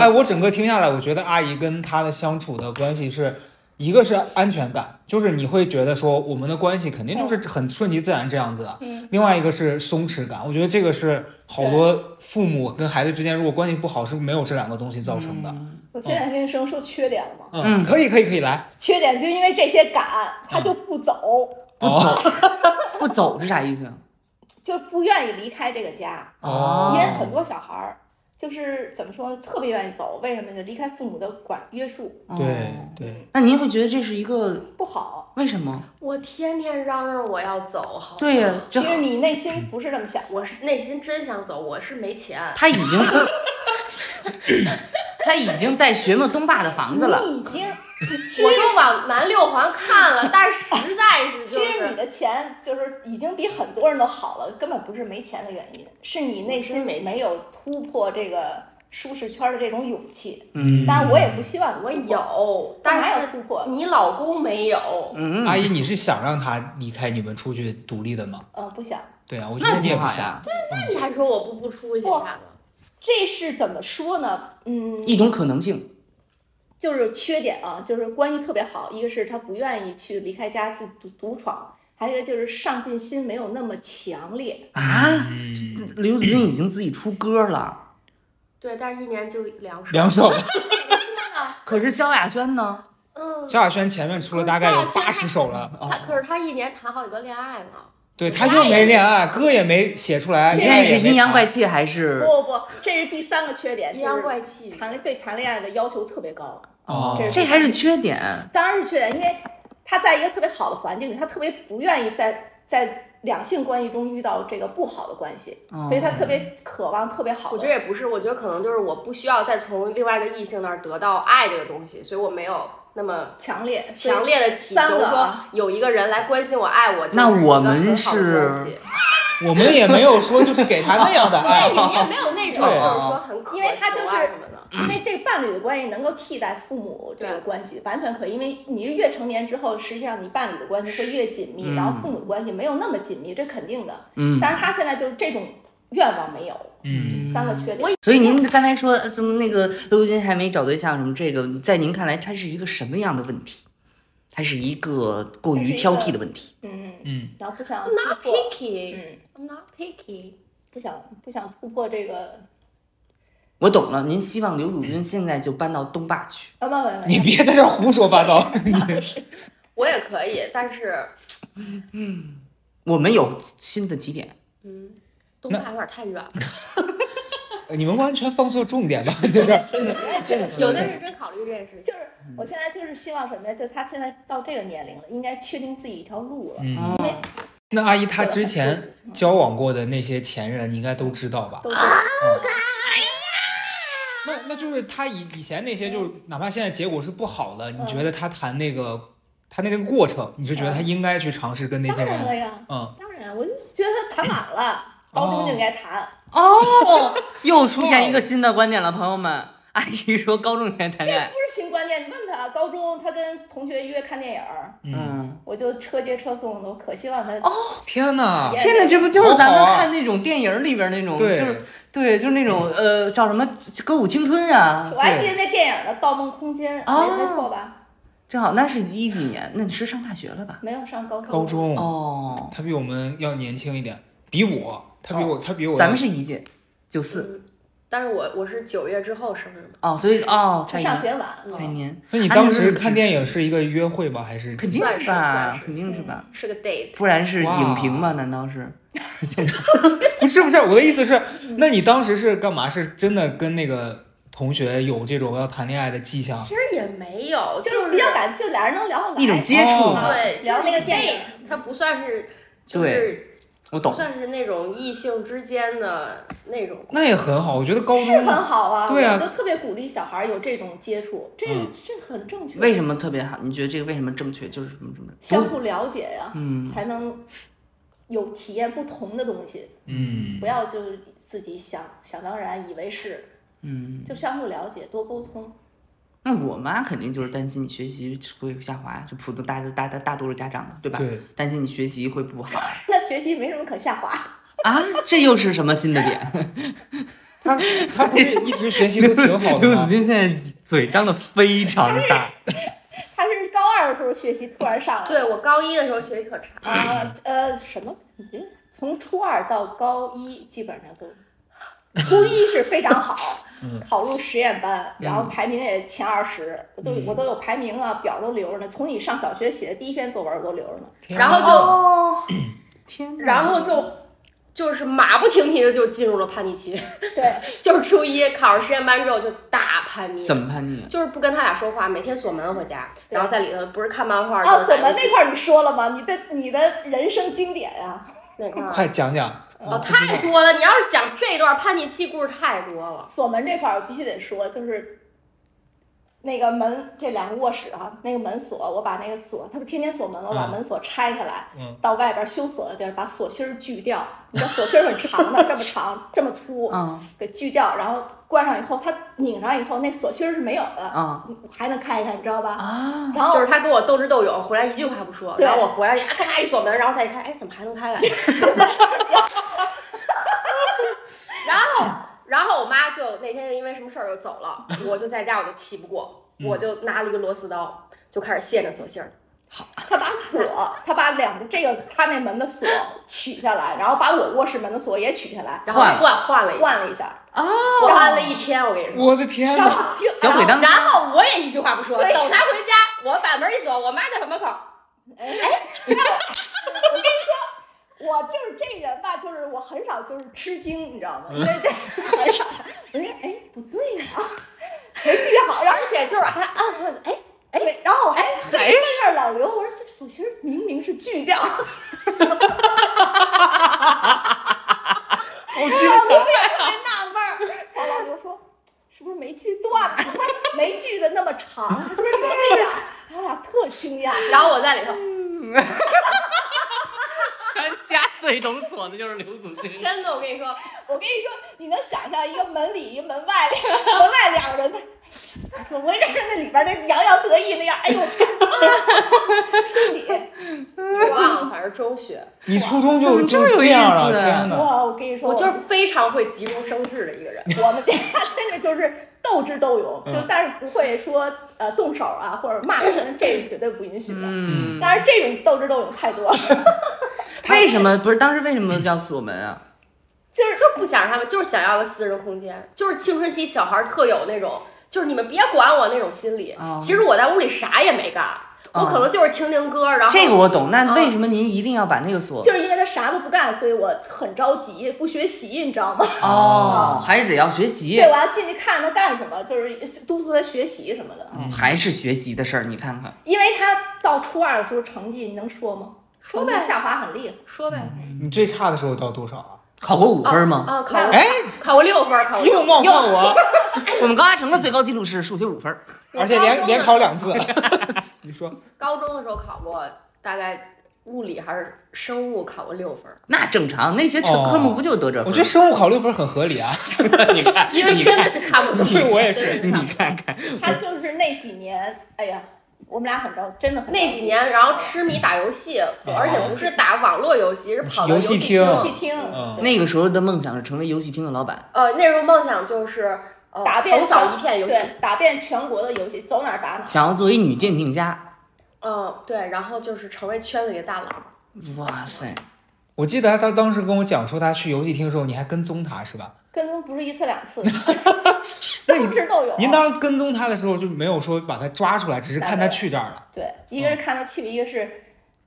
C: 哎，我整个听下来，我觉得阿姨跟她的相处的关系是一个是安全感，就是你会觉得说我们的关系肯定就是很顺其自然这样子的。
A: 嗯
C: 另外一个是松弛感，我觉得这个是好多父母跟孩子之间如果关系不好是没有这两个东西造成的。
A: 我现
B: 哦
A: 在跟你说说缺点了吗？
C: 嗯，可以可以可以来，
A: 缺点就因为这些赶，他就
B: 嗯
A: 不走，
C: 不走
B: 不走是啥意思？啊
A: 就不愿意离开这个家。
B: 哦
A: 因为很多小孩儿就是怎么说呢，特别愿意走，为什么呢？离开父母的管约束
C: 对
B: 哦
C: 对，
B: 那您会觉得这是一个
A: 不好。
B: 为什么？
D: 我天天嚷嚷我要走，好吗
B: 对呀、
A: 其
B: 这
A: 实你内心不是这么想，
D: 我是内心真想走，我是没钱。
B: 他已经他已经在学嘛东坝的房子了。
A: 你已
B: <laughs>
A: 经，其
D: 我
A: 实
D: 都往南六环看了，但是实在是就
A: 其实你
D: 是
A: 的钱就是已经比很多人都好了，根本不是没钱的原因，是你内心
D: 真没钱
A: 没有突破这个舒适圈的这种勇气。
B: 嗯
A: 当然，我也不希望
D: 我
A: 突破，
D: 有，
A: 干嘛
D: 但
A: 要
D: 是嗯
A: 突破？
D: 你老公没有。
B: 嗯，
C: 阿姨，你是想让他离开你们出去独立的吗？
A: 嗯，不想。
C: 对啊，我觉
B: 那
C: 得你也
B: 挺
C: 不
B: 好
C: 想
B: 呀。，
D: 那 <laughs> 你还说我不不出去
A: 不
D: 啥的？
A: 这是怎么说呢？嗯，
B: 一种可能性。
A: 就是缺点啊，就是关系特别好，一个是他不愿意去离开家去独独闯，还有一个就是上进心没有那么强烈。
B: 啊，
C: 嗯，
B: 刘子君已经自己出歌了，
D: 对，但是一年就两首。
C: 两首。
B: 可是萧亚轩呢？
D: 嗯，
C: 萧亚轩前面出了大概有八十首了，
B: 哦
D: 他可是他一年谈好几个恋爱呢。
C: 对他又没恋爱，歌也没写出来。
B: 你现在是
C: 也没
B: 阴阳
C: 唱
B: 怪气还
A: 不
B: 是？
A: 不不，这是第三个缺点，
D: 阴
A: 就
D: 阳
A: 是
D: 怪气。
A: 谈恋对谈恋爱的要求特别高，
C: 哦
A: 这，
B: 这还是缺点。
A: 当然是缺点，因为他在一个特别好的环境里，他特别不愿意在在两性关系中遇到这个不好的关系，
B: 哦
A: 所以他特别渴望特别好的。
D: 我觉得也不是，我觉得可能就是我不需要再从另外一个异性那儿得到爱这个东西，所以我没有那么
A: 强烈
D: 强
A: 烈，
D: 烈的祈求
A: 三个
D: 说
A: 啊
D: 有一个人来关心我、爱我。就是
B: 那
D: 一个
B: 我们
D: 很好的
B: 是
D: 关系
C: 我们也没有说就是给他那样的
D: <laughs> 对，
C: 爱
D: 你。们也没有那
C: 对
D: 种就是说很渴
A: 因为他就
D: 求
A: 是
D: 啊什么的。
A: 因为这伴侣的关系能够替代父母这个
D: 对
A: 关系，完全可以。因为你越成年之后，实际上你伴侣的关系会越紧密，
B: 嗯
A: 然后父母的关系没有那么紧密，这肯定的。
B: 嗯，
A: 但是他现在就是这种愿望没有，
C: 嗯，
A: 三个缺点。
D: 我
B: 所以您刚才说呃什么那个刘军还没找对象什么，这个在您看来，它是一个什么样的问题？它是一个过于挑剔的问题。
A: 嗯，
C: 嗯，
A: 然后不想
D: I'm not
A: 突破，
D: picky,
A: 嗯，
D: I'm not picky。
A: 不想不想突破这个。
B: 我懂了，您希望刘祖军现在就搬到东坝去。
A: 啊，没没
C: 你
A: 没，
C: 别在这儿胡说八道。
D: 我也可以，但是
B: 我们有新的起点，
D: 嗯，东大有点太远了。
C: 你们完全放错重点吧，在
B: <laughs>
C: 这儿真的。
D: 有的是真考虑这件事情。
A: 就是我现在就是希望什么呀？就是他现在到这个年龄了，应该确定自己一条路了。
C: 嗯，
B: 嗯，
C: 那阿姨她之前交往过的那些前任，你应该都知道吧？
A: 都是
C: 那那就是她以以前那些，就是哪怕现在结果是不好的，你觉
A: 嗯
C: 得她谈那个她那个过程，你是觉得她应该去尝试跟那些
A: 当然了
C: 人？
A: 呀，
C: 嗯，
A: 当然，我就觉得他谈晚了，高中就应该谈。
B: 哦，又出现一个新的观点了，朋友们。阿姨说高中才谈恋爱
A: 不，是新观念，你问他，高中他跟同学约看电影儿，
B: 嗯，
A: 我就车接车送的，我可希望他
C: 哦天哪！
A: 体验
B: 天哪，这不就是咱
C: 好
B: 们
C: 好啊
B: 看那种电影里边那种，就
C: 对
B: 是对，就是那种呃叫什么《歌舞青春》啊，
A: 我还记得那电影呢，《盗梦空间》
B: 哦
A: 没没错吧？
B: 正好那是一几年，那你是上大学了吧？
A: 没有上高中。
C: 高中
B: 哦，
C: 她比我们要年轻一点，比我，她比
A: 哦
C: 我，她比我，
B: 咱们是一届，九四
D: 嗯，但是我我是九月之后生日嘛，
B: 哦，所以哦，差
A: 他
B: 一
A: 上
B: 年，
A: 学晚，
B: 差一年，
C: 那哎你当时看电影是一个约会吗？还是
B: 肯定
D: 算
B: 是
D: 是
B: 吧
D: 算，是
B: 肯定是吧，
D: 是个 date。
B: 不然是
C: 哇
B: 影评吗？难道是？
C: 不是不是？我的意思是，那你当时是干嘛？是真的跟那个同学有这种要谈恋爱的迹象？
D: 其实也没有，
A: 就是
D: 是
A: 比较感，就俩人能聊得来。
B: 一种接触
C: 哦
B: 嘛
D: 对，
A: 聊
D: 就是
A: 那
D: 一
A: 个电影
D: date，它不算是，就
B: 对
D: 是
A: 哦
B: 我
D: 不
B: 懂，
D: 算是那种异性之间的那种。
C: 那也很好，我觉得高
A: 是
C: 中
A: 很好啊，
C: 对啊
A: 我就特别鼓励小孩有这种接触，这、
C: 嗯
A: 这很正确。
B: 为什么特别好？你觉得这个为什么正确？就是什么什么？
A: 相互了解呀、
B: 嗯
A: 才能有体验不同的东西，
C: 嗯
A: 不要就是自己想想当然，以为是，
B: 嗯，
A: 就相互了解，多沟通。 <laughs>
B: 那我妈肯定就是担心你学习会下滑，就普通大大大大多数家长嘛，对吧？
C: 对，
B: 担心你学习会不 <laughs> 好
A: 那学习没什么可下滑。 <laughs>
B: 啊，这又是什么新的点？
C: 他他
B: <laughs>
C: 不是一直学习都挺好
B: 刘
C: 的
B: 子
C: 啊吗？
B: 金现在嘴张的非常大，
A: 他是高时候学习突然上来了？
D: 对我高一的时候学习可差，
A: 啊，呃，什么？你这从初二到高一基本上
D: <laughs>
A: 都，初一是非常好，
D: 嗯
A: 考入实验班，然后排名也前二十，我都
D: 嗯
A: 我都有排名啊，表都留着呢。从你上小学写的第一篇作文我都留着呢，
B: 啊
D: 然后就
B: <laughs> 天哪，
D: 然后就就是马不停蹄的就进入了叛逆期，
A: <laughs>
D: <laughs>
A: 对，
D: 就是初一考上实验班之后就大叛逆，
B: 怎么叛逆？
D: 就是不跟他俩说话，每天锁门回家，然后在里头不是看漫画
A: 哦，
D: 就是
A: 锁
D: 打游
A: 门
D: 戏
A: 那块儿你说了吗？你的你的人生经典啊，
D: 那块儿
C: 快讲讲，
D: 哦太多了，你要是讲这段叛逆期故事太多了，
A: <laughs> 锁门这块儿我必须得说，就是那个门这两个卧室啊，那个门锁，我把那个锁，他不天天锁门吗？我把
C: 嗯
A: 门锁拆下来，
C: 嗯
A: 到外边修锁的地儿把锁芯儿锯掉。你知道锁芯儿很长的，这么长，这么粗，
B: <laughs> 嗯
A: 给锯掉，然后关上以后，它拧上以后，那锁芯儿是没有的，
B: 嗯
A: 你还能开开，你知道吧？
B: 啊，
A: 然后
D: 就是他跟我斗智斗勇，回来一句话不说，
A: 对
D: 然后我回来呀，咔一锁门，然后再一看，哎，怎么还能开来？ <laughs> 然后，然后我妈就那天因为什么事儿就走了，我就在家我就气不过，
B: 嗯
D: 我就拿了一个螺丝刀就开始卸着锁芯儿，
A: 他把锁，他把两个这个他那门的锁取下来，然后把我卧室门的锁也取下来，
D: 然后
B: 换了
D: 换换了一下，
A: 换了一下，
D: 啊换了一天，我跟你说。
C: 我的天
A: 然
C: 哪！
A: 后就
B: 小鬼当
D: 然后我也一句话不说，
A: 对
D: 等他回家，我把门一锁，我妈在门口，
A: 哎 <laughs> 我就是这人吧，就是我很少就是吃惊，你知道吗？因为这很少，我说哎不对呀、没记好，然后
D: 而且就
A: <laughs>
D: 是还按按，哎，
A: 对，然后我还
D: 哎
A: 在那儿老刘，我说这手心儿明明是锯掉，
C: 好精彩！
A: 特别纳闷哎儿。然后老刘说：“是不是没锯断？ <laughs> 没锯的那么长？”他说：“对哎呀。”他俩特惊讶。
D: 然后我在里头，
B: <laughs> 全家最懂锁的就是刘祖君。
D: 真的，我跟你说，
A: 我跟你说，你能想象一个门里一个门外 <laughs> 里，门外两个人在怎么回事？那里边儿那洋洋得意那样，哎呦， <laughs> 自己
D: 我忘了，反正中学，
C: 你初中就
B: 怎么这
C: 就
B: 么有
C: 这样了，
B: 意思啊
C: 天哪！
A: 哇！我跟你说，
D: 我就是非常会急中生智的一个人。
A: 我们家真的就是斗智斗勇，就但是不会说呃动手啊或者骂人，这是绝对不允许的。
B: 嗯，
A: 但是这种斗智斗勇太多了，
B: 为什么不是当时为什么叫锁门啊？
A: 就是
D: 就不想让他们，就是想要个私人空间，就是青春期小孩儿特有那种，就是你们别管我那种心理。
B: 哦
D: 其实我在屋里啥也没干，我可能就是听听歌，然后嗯
B: 这个我懂，那为什么您一定要把那个锁？
A: 就是因为他啥都不干，所以我很着急，不学习，你知道吗？
B: 哦，还是得要学
A: <laughs>
B: 习
A: 对，，我要进去看他干什么，就是督促他学习什么
D: 哦
A: 的。
B: 嗯还是学习的事儿，你看看。
A: 因为他到初二的时候成绩，你能说吗？
D: 说呗
A: 成绩下滑很厉害。
D: 说呗。
C: 你最差的时候到多少啊？
B: 考过五分吗？
D: 啊，考
C: 哎，
D: 考过六分，考过
C: 又
D: 六分。
C: 冒犯
D: <laughs>
C: 我，
B: <laughs> 我们高阿成的最高记录是数学五分儿，
C: 而且连连考两次。
D: <laughs>
C: 你说
D: 高中的时候考过，大概物理还是生物考过六分，
B: 那正常，那些这科目不就得这分？
C: 我觉得生物考六分很合理啊。
B: 得 <laughs> 你看，
D: 因为
B: 你
D: 真
B: 看
D: 的是看 <laughs> 不懂。
C: 对我也是
D: 真的
B: <laughs>
D: 看
B: 你
D: 不懂
B: 看看，
A: 他就是那几年，哎呀，我们俩很着，真的很着急
D: 那几年，然后痴迷打游戏，而且不是打网络游戏，是跑到
C: 游戏
D: 戏厅。
C: 厅
A: 游戏厅，
C: 嗯
A: 对
B: 那个时候的梦想是成为游戏厅的老板，
D: 呃，那时候梦想就是呃
A: 打遍
D: 横扫一片游戏。
A: 对，打遍全国的游戏，走哪儿打哪儿。
B: 想要作为女鉴定家。
D: 嗯，对，然后就是成为圈子里的大佬。
B: 哇塞，
C: 我记得他他当时跟我讲说，他去游戏厅的时候，你还跟踪他是吧？
A: 跟踪不是一次两
D: <laughs>
A: 次， <laughs> 斗智斗勇。
C: 您当时跟踪他的时候就没有说把他抓出来，只是看他去这儿了。
A: 对，一
B: 嗯
A: 个是看他去，一个是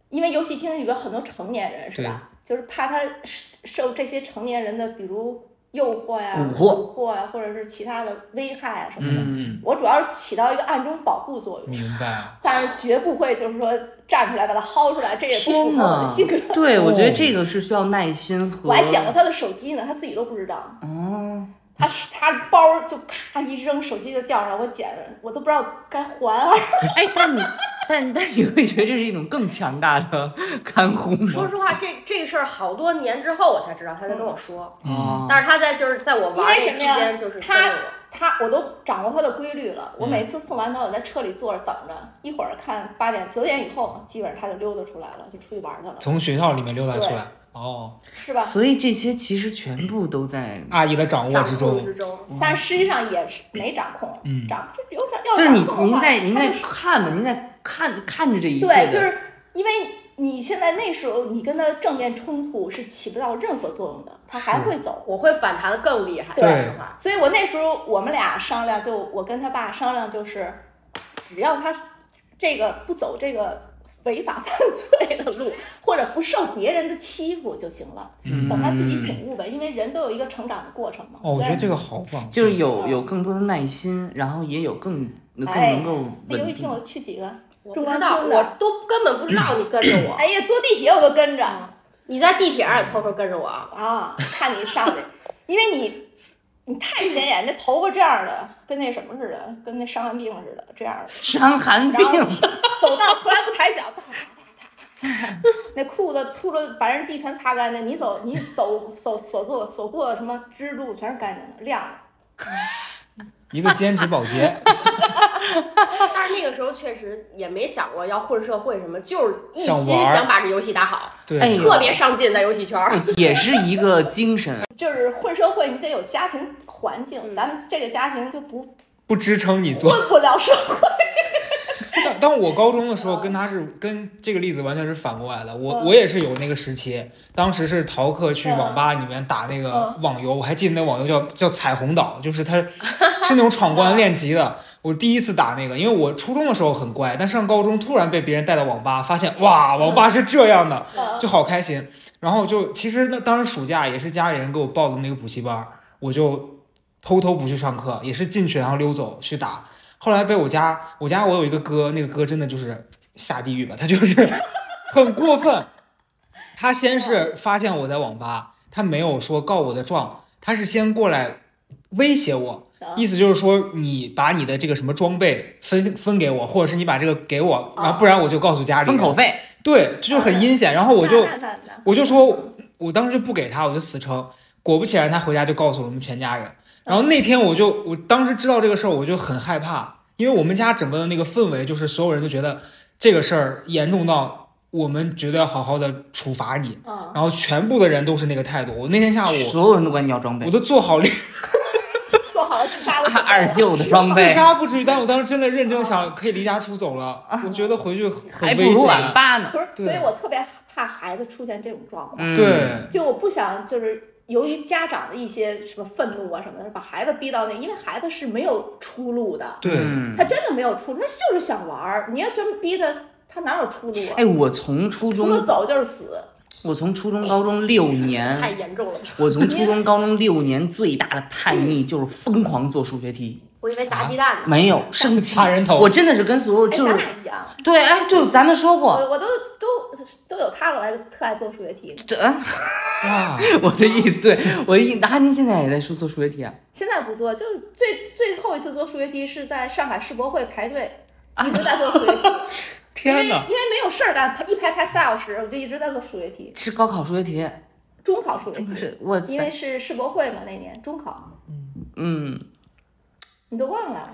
A: 因为游戏厅里边很多成年人是吧？就是怕他受受这些成年人的，比如诱惑呀、
B: 蛊
A: 惑、
B: 惑
A: 蛊惑呀，或者是其他的危害啊什么的。
B: 嗯，
A: 我主要是起到一个暗中保护作用，
C: 明白。
A: 但是绝不会就是说站出来把他薅出来，这也不符
B: 天
A: 合我
B: 哪
A: 的性格。，
B: 对，我觉得这个是需要耐心和。
A: 我还捡过他的手机呢，他自己都不知道。
B: 哦，
A: 他他包儿就啪一扔，手机就掉上来，我捡着，我都不知道该还还是
B: <laughs> 哎，但你但但你会觉得这是一种更强大的 <laughs> 看护
D: 说
B: 吗？
D: 实话，这这个事儿好多年之后我才知道，他才跟我说。
B: 哦，
D: 但是他在就是在我玩儿那期间，就是跟
A: 他
D: 着
A: 他我都掌握他的规律了。我
B: 嗯
A: 每次送完他，我在车里坐着等着，一会儿看八点九点以后，基本上他就溜达出来了，就出去玩去了，
C: 从学校里面溜达出来。哦，
A: 是吧？
B: 所以这些其实全部都在，
C: 阿姨的掌
D: 我
C: 握
D: 掌
C: 之
D: 控
C: 中。
D: 之中。
A: 但是实际上也是没掌控，
C: 嗯
A: 掌这有掌要
B: 就是你
A: 掌控的
B: 您
A: 话
B: 在您
A: 他
B: 在
A: 就是
B: 看吧，您在看看着这一切
A: 对，
B: 的，
A: 就是因为你现在那时候你跟他正面冲突是起不到任何作用的，他还
C: 是
A: 会走。
D: 我会反弹的更厉害。
A: 对
D: 说实话，
A: 所以我那时候我们俩商量就，我跟他爸商量，就是只要他这个不走这个违法犯罪的路，或者不受别人的欺负就行了，
C: 嗯
A: 等他自己醒悟呗，因为人都有一个成长的过程嘛。
C: 哦，我觉得
A: 虽然
C: 这个好棒，
B: 就是有有更多的耐心，然后也有更更
A: 哎
B: 能够
A: 那有一
B: 稳
A: 天
B: 定。
A: 我去几个，
D: 我
A: 中
D: 不知
A: 关
D: 道，
A: 村的
D: 我都根本不知道你跟着
C: 嗯
D: 我。
A: 哎呀，坐地铁我都跟着
D: 嗯你在地铁上也偷偷跟着我啊？
A: 啊，看你上去，因为你你太显眼，那头发这样的，跟那什么似的，跟那伤寒病似的，这样的。
B: 伤寒病
A: 然，后走道从来不抬脚， <laughs> 哒哒哒哒哒，那裤子秃了，把人地全擦干净。你走你走走所过所过什么支路全是干净的，亮的。
C: 一
B: 啊
C: 个兼职保洁，
D: 但是那个时候确实也没想过要混社会什么，就是一
C: 想
D: 心
C: 玩儿
D: 想把这游戏打好，
B: <laughs>
C: 对，
B: 哎呦
D: 特别上进在游戏圈儿。
B: <laughs> 也是一个精
C: <laughs>
B: 神。
A: 就是混社会，你得有家庭环境，
D: 嗯
A: 咱们这个家庭就不
C: 不支撑你做。
A: 混不了社会。
C: 但但我高中的时候跟他是跟这个例子完全是反过来的，我
A: 嗯
C: 我也是有那个时期，当时是逃课去
A: 嗯
C: 网吧里面打那个
A: 嗯
C: 网游，我还记得那网游叫叫彩虹岛，就是它 <laughs> 是那种闯关练级的。我第一次打那个，因为我初中的时候很乖，但上高中突然被别人带到网吧，发现哇，网吧是这样的，
A: 嗯
C: 就好开心。然后就其实那当时暑假也是家里人给我报的那个补习班儿，我就偷偷不去上课，也是进去然后溜走去打。后来被我家我家我有一个哥，那个哥真的就是下地狱吧，他就是很过分。他先是发现我在网吧，他没有说告我的状，他是先过来威胁我，
A: 嗯
C: 意思就是说，你把你的这个什么装备分分给我，或者是你把这个给我，然后不然我就告诉家里
B: 封口。嗯费，
C: 对，这就很阴险。然后我就
A: 那那那那
C: 我就说，我当时就不给他，我就死撑。果不其然，他回家就告诉了我们全家人。然后那天我就，我当时知道这个事儿，我就很害怕，因为我们家整个的那个氛围就是所有人就觉得这个事儿严重到我们绝对要好好的处罚你。
A: 嗯，
C: 然后全部的人都是那个态度。我那天下午，
B: 所有人都管你要装备
C: 我，都做好了
A: 做好了自杀
C: <laughs>
A: 的准备了
B: 二舅的装
C: 自
B: 备，
C: 杀不至于，但我当时真的认真想，可以离家出走了。我觉得回去
B: 嗯还
C: 很
B: 不
C: 危
B: 如网
C: 险。啊
B: 吧呢。
A: <laughs> 不是，
C: 对
A: 所以我特别怕孩子出现这种状况，
B: 嗯，
C: 对，
A: 就我不想就是。由于家长的一些什么愤怒啊什么的，把孩子逼到那，因为孩子是没有出路的，
C: 对，
B: 嗯
A: 他真的没有出路，他就是想玩儿。你要真逼他，他哪有出路啊？
B: 哎，我从初
A: 除
B: 中，
A: 了走就是死。
B: 我从初中、高中六年，
D: 太严重了，
B: 我从初中、高中六年最大的叛
A: 嗯
B: 逆就是疯狂做数学题，
D: 我以为砸鸡蛋呢。
B: 没有生气
C: 擦人头
B: 我真的是跟所有
A: 哎，呃
B: 就是
A: 咱俩一样，
B: 对，哎，对，咱们说过，
A: 我我都都都有他了，我还特爱做数学题呢。
B: 对，啊 <laughs>
C: 哇，
B: 我的意思，对我的意，阿妮现在也在说做数学题啊，
A: 现在不做，就最最后一次做数学题是在上海世博会排队，
B: 啊
A: 一直在做数学
B: <laughs>
A: 题，因为
C: 天
A: 因
C: 哪！
A: 为没有事儿干，一排排仨小时，我就一直在做数学题，
B: 是高考数学题，
A: 中考数学
B: 不
A: 题，
B: 是我
A: 因为
B: 塞，
A: 是世博会嘛，那年中考，
B: 嗯，
A: 你都忘了。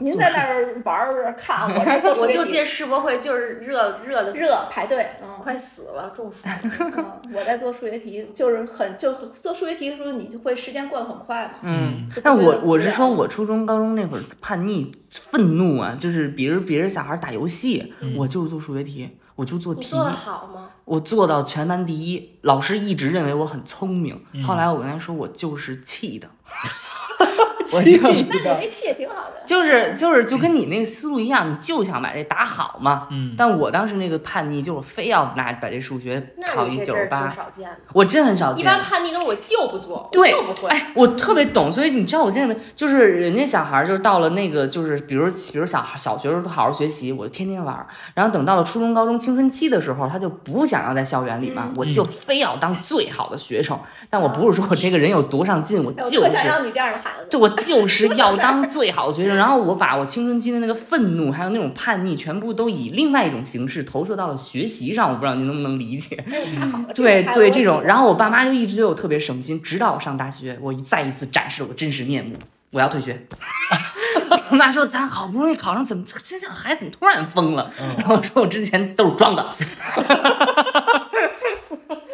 A: 您在那儿玩儿看，啊
B: <laughs>
A: 我这儿做数
D: 我
A: 学题
D: 就记得世博会就是热热的
A: 热排队，嗯，
D: 快死了，中暑。
B: <laughs>
A: 嗯，我在做数学题，就是很就很做数学题的时候，你就会时间过得很快嘛。
B: 嗯
A: 就不
B: 但
A: 觉
B: 我
A: 得无
B: 我是
A: 聊
B: 说，我初中、高中那会儿叛逆、愤怒啊，就是比如别人小孩打游戏，我就是做数学题，我就做
D: 你
B: 题
D: 做，的好吗？
B: 我做到全班第一，老师一直认为我很聪明，后来我跟他说我就是气的，我就
A: 那你没气也挺好的。
B: 就是就是就跟你那个思路一样，你就想把这打好嘛。
C: 嗯
B: 但我当时那个叛逆，就是非要拿把这数学
D: 那
B: 考
D: 你
B: 一
D: 这
B: 九十
D: 真是挺
B: 八，
D: 少见的。
B: 我真很少
D: 一
B: 见。
D: 般叛逆都是我就不做，我
B: 对
D: 就不会。
B: 哎，我特别懂，所以你知道我现在就是人家小孩儿，就是到了那个就是比如比如小孩小学时候都好好学习，我就天天玩儿，然后等到了初中高中青春期的时候，他就不想要在校园里嘛，
A: 嗯
B: 我就非要当最好的学生。但我不是说我这个人有多上进，我
A: 哎我
B: 就
A: 特
B: 是
A: 想要你这样的孩子。
B: 对，我就是要当最好的学生。然后我把我青春期的那个愤怒，还有那种叛逆，全部都以另外一种形式投射到了学习上。我不知道您能不能理解。
A: 哎太好了。
B: 对
A: 个孩子
B: 对，
A: 我
B: 这
A: 喜
B: 种。
A: 欢
B: 然后我爸妈就一直对我特别省心，直到我上大学，我再一次展示了我真实面目。我要退学。 <laughs> 我妈说：“咱好不容易考上，怎么心想孩子怎么突然疯了？”然后我说：“我之前都是装的。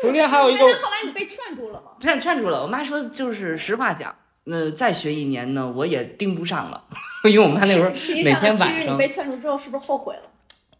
C: 昨天还有一个
A: 但哎是后来你被劝住了吗？”
B: 劝劝住了。我妈说：“就是实话讲，呃，再学一年呢，我也盯不上了，因为我妈那会儿 <laughs>
A: 实际
B: 每
A: 上，
B: 天
A: 其
B: 晚
A: 实你
B: 上
A: 被劝住之后，是不是后悔了？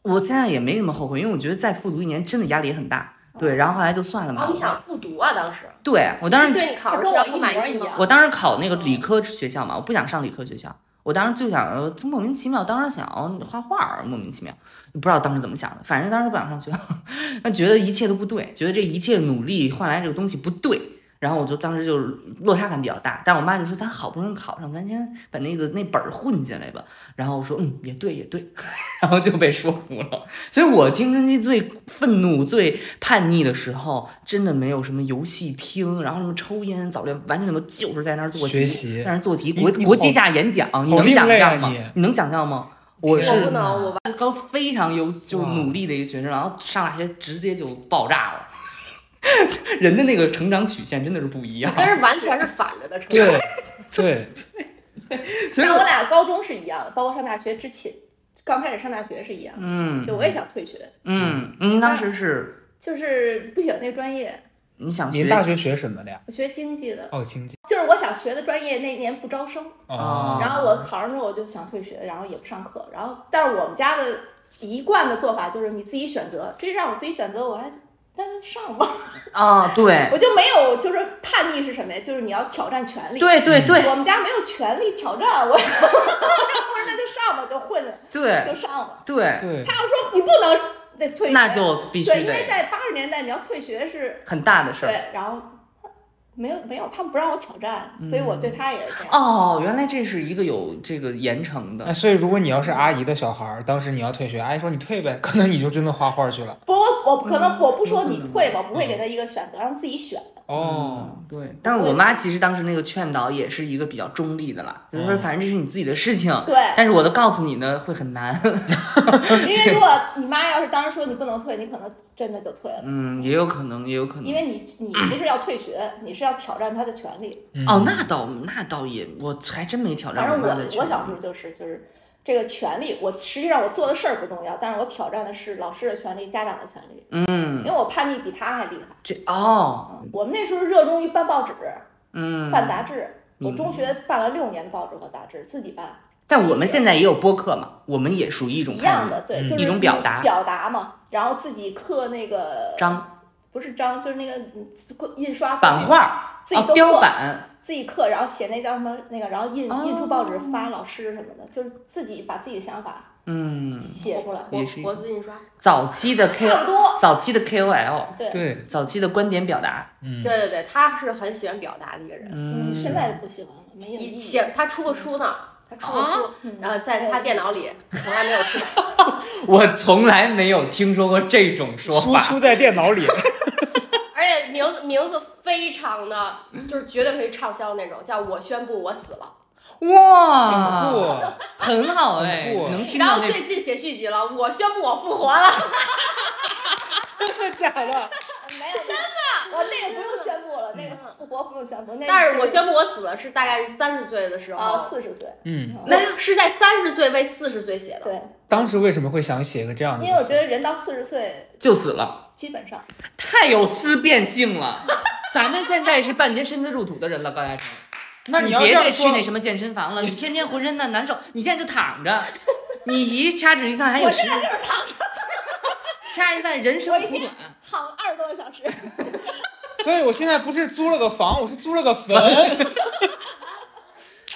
B: 我现在也没什么后悔，因为我觉得再复读一年真的压力也很大。对，然后后来就算了
D: 哦，
B: 嘛
D: 你。想复读啊？当时
B: 对我当时
D: 对你考
A: 他
D: 试
A: 跟
D: 学校
A: 我
D: 不
A: 一模
D: 满意
A: 一
D: 吗
A: 样
B: 我当时考那个理科学校嘛，我不想上理科学校，我当时就想呃莫名其妙，当时想画画儿，莫名其妙，不知道当时怎么想的，反正当时不想上学， <laughs> 那觉得一切都不对，觉得这一切努力换来这个东西不对。然后我就当时就是落差感比较大，但是我妈就说咱好不容易考上，咱先把那个那本儿混进来吧。然后我说嗯也对也对， <laughs> 然后就被说服了。所以我青春期最愤怒、最叛逆的时候，真的没有什么游戏厅，然后什么抽烟、早恋，完全没有，就是在那儿做题
C: 学习
B: 在那儿做题，
C: 你
B: 国
C: 你
B: 国际
C: 好
B: 下演讲，你
C: 好
B: 能
C: 另
B: 想
C: 类啊
B: 象吗
C: 你？
B: 你能想象吗？我
C: 天
D: 我
B: 是嗯
D: 不能，我
B: 高非常优就是
C: 哇
B: 努力的一个学生，然后上大学直接就爆炸了。 <laughs> 人的那个成长曲线真的是不一样，
D: 但是完全是反着的成长。
C: <laughs> 对对，
B: 所以
A: 像我
B: 我
A: 俩高中是一样的，包括上大学之前，刚开始上大学是一样的。
B: 嗯
A: 就我也想退学，
B: 嗯，您当时是
A: 就是不喜欢那个专业，
B: 你想学
C: 您大学学什么的呀？
A: 我学经济的，
C: 哦，经济。
A: 就是我想学的专业那年不招生，
C: 啊
B: 哦
A: 然后我考上之后我就想退学，然后也不上课，然后但是我们家的一贯的做法就是你自己选择，这让我自己选择，我还那就上吧， <laughs>
B: 啊？对
A: 我就没有就是叛逆是什么呀？就是你要挑战权利，
B: 对对对
A: 我们家没有权利挑战我，我 <laughs> 说那就上吧，就混着
B: 对
A: 就上吧。
B: 对，
C: 对，
A: 他要说你不能那退学，
B: 那就必须
A: 对，因为
B: 得
A: 在八十年代你要退学是
B: 很大的事儿。
A: 对，然后没有没有，他们不让我挑战，
B: 嗯
A: 所以我对他也是这样。
B: 哦，原来这是一个有这个严惩
C: 哎，
B: 的，
C: 所以如果你要是阿姨的小孩儿，当时你要退学，阿姨说你退呗，可能你就真的画画去了。
A: 不，我可能我不说你
B: 嗯
A: 退吧，我不会给他一个选择，让自己选。
C: 哦，
B: 嗯，对。但是我妈其实当时那个劝导也是一个比较中立的啦，就是说
C: 哦
B: 反正这是你自己的事情， <laughs>
A: 对，
B: 但是我都告诉你呢，会很难。 <laughs>
A: 因为如果你妈要是当时说你不能退，你可能真的就退了，
B: 嗯，也有可能，也有可能
A: 因。为你你不是要退学，你是要挑战他的权利。
C: 嗯
B: 哦，那倒那倒也，我还真没挑战
A: 反正
B: 我
A: 我
B: 嗯妈的权
A: 我小时
B: 利
A: 候就是就是这个权利，我实际上我做的事儿不重要，但是我挑战的是老师的权利、家长的权利，因
B: 嗯，
A: 为我叛逆比他还厉害。
B: 这哦，
A: 嗯我们那时候热衷于办报纸，
B: 嗯，
A: 办杂志。
B: 嗯
A: 我中学办了六年报纸和杂志，自己办，
B: 但我们现在也有播客嘛，我们也属于一种
A: 一样
B: 叛逆
A: 的，对，
C: 嗯
A: 就是
B: 一种表达
A: 你表达嘛。然后自己刻那个
B: 章
A: 不是章，就是那个嗯印刷
B: 版，画
A: 自己
B: 啊
A: 都
B: 雕
A: 刻，
B: 版，
A: 自己刻，然后写那叫什么那个，然后印
B: 哦
A: 印出报纸发老师什么的，就是自己把自己的想法
B: 嗯，
A: 写出来，
B: 也是一
D: 国字印刷，
B: 早期的 K
A: 差不多。
B: 早期的 KOL，
A: 对，
C: 嗯对，
B: 早期的观点表达，
C: 嗯，
D: 对对对，他是很喜欢表达的一个人。
A: 嗯，
B: 嗯，
A: 现在不喜欢了，没有意
D: 一
A: 义。
D: 写他出过书呢，他出过书，
B: 哦
A: 嗯
D: 然后在他电脑里从来没有出版。
B: 我从来没有听说过这种说
C: 输
B: 法，
C: 出在电脑 <laughs> 里。
D: 而且名字名字非常的，就是绝对可以畅销那种，叫我宣布我死了。
B: 哇，
C: 哇，
B: 很好哎，
C: 很酷啊
B: 能听
D: 然
B: 到
D: 后
B: 那
D: 最近写续集了，我宣布我复活了。
C: 真的假的？
A: 没有真的，我那个不用宣布了，那个不活不用宣布。那
D: 但是我哦
A: 宣
D: 宣布我死了是大概是三十岁的时候，
A: 啊，四十岁，
C: 嗯，
A: 嗯
D: 那是在三十岁为四十岁写的。
A: 对，
C: 当时为什么会想写个这样的？
A: 因为我觉得人到四十岁，
B: 就死了，
A: 基本上
B: 太有思辨性了。咱们现在是半截身子入土的人了，高亚成。
C: 那你
B: 你
C: 要这
B: 别
C: 样
B: 再去
C: 说，
B: 那什么健身房了，你天天浑身那难受，你现在就躺着， <laughs> 你一掐指一算还有
A: 我
B: 时
A: 现，在就是躺着
B: 掐指一算人生苦短。
A: 躺二十多个小时。
C: 所以我现在不是租了个房，我是租了
B: <laughs>
C: 个坟。
A: <laughs>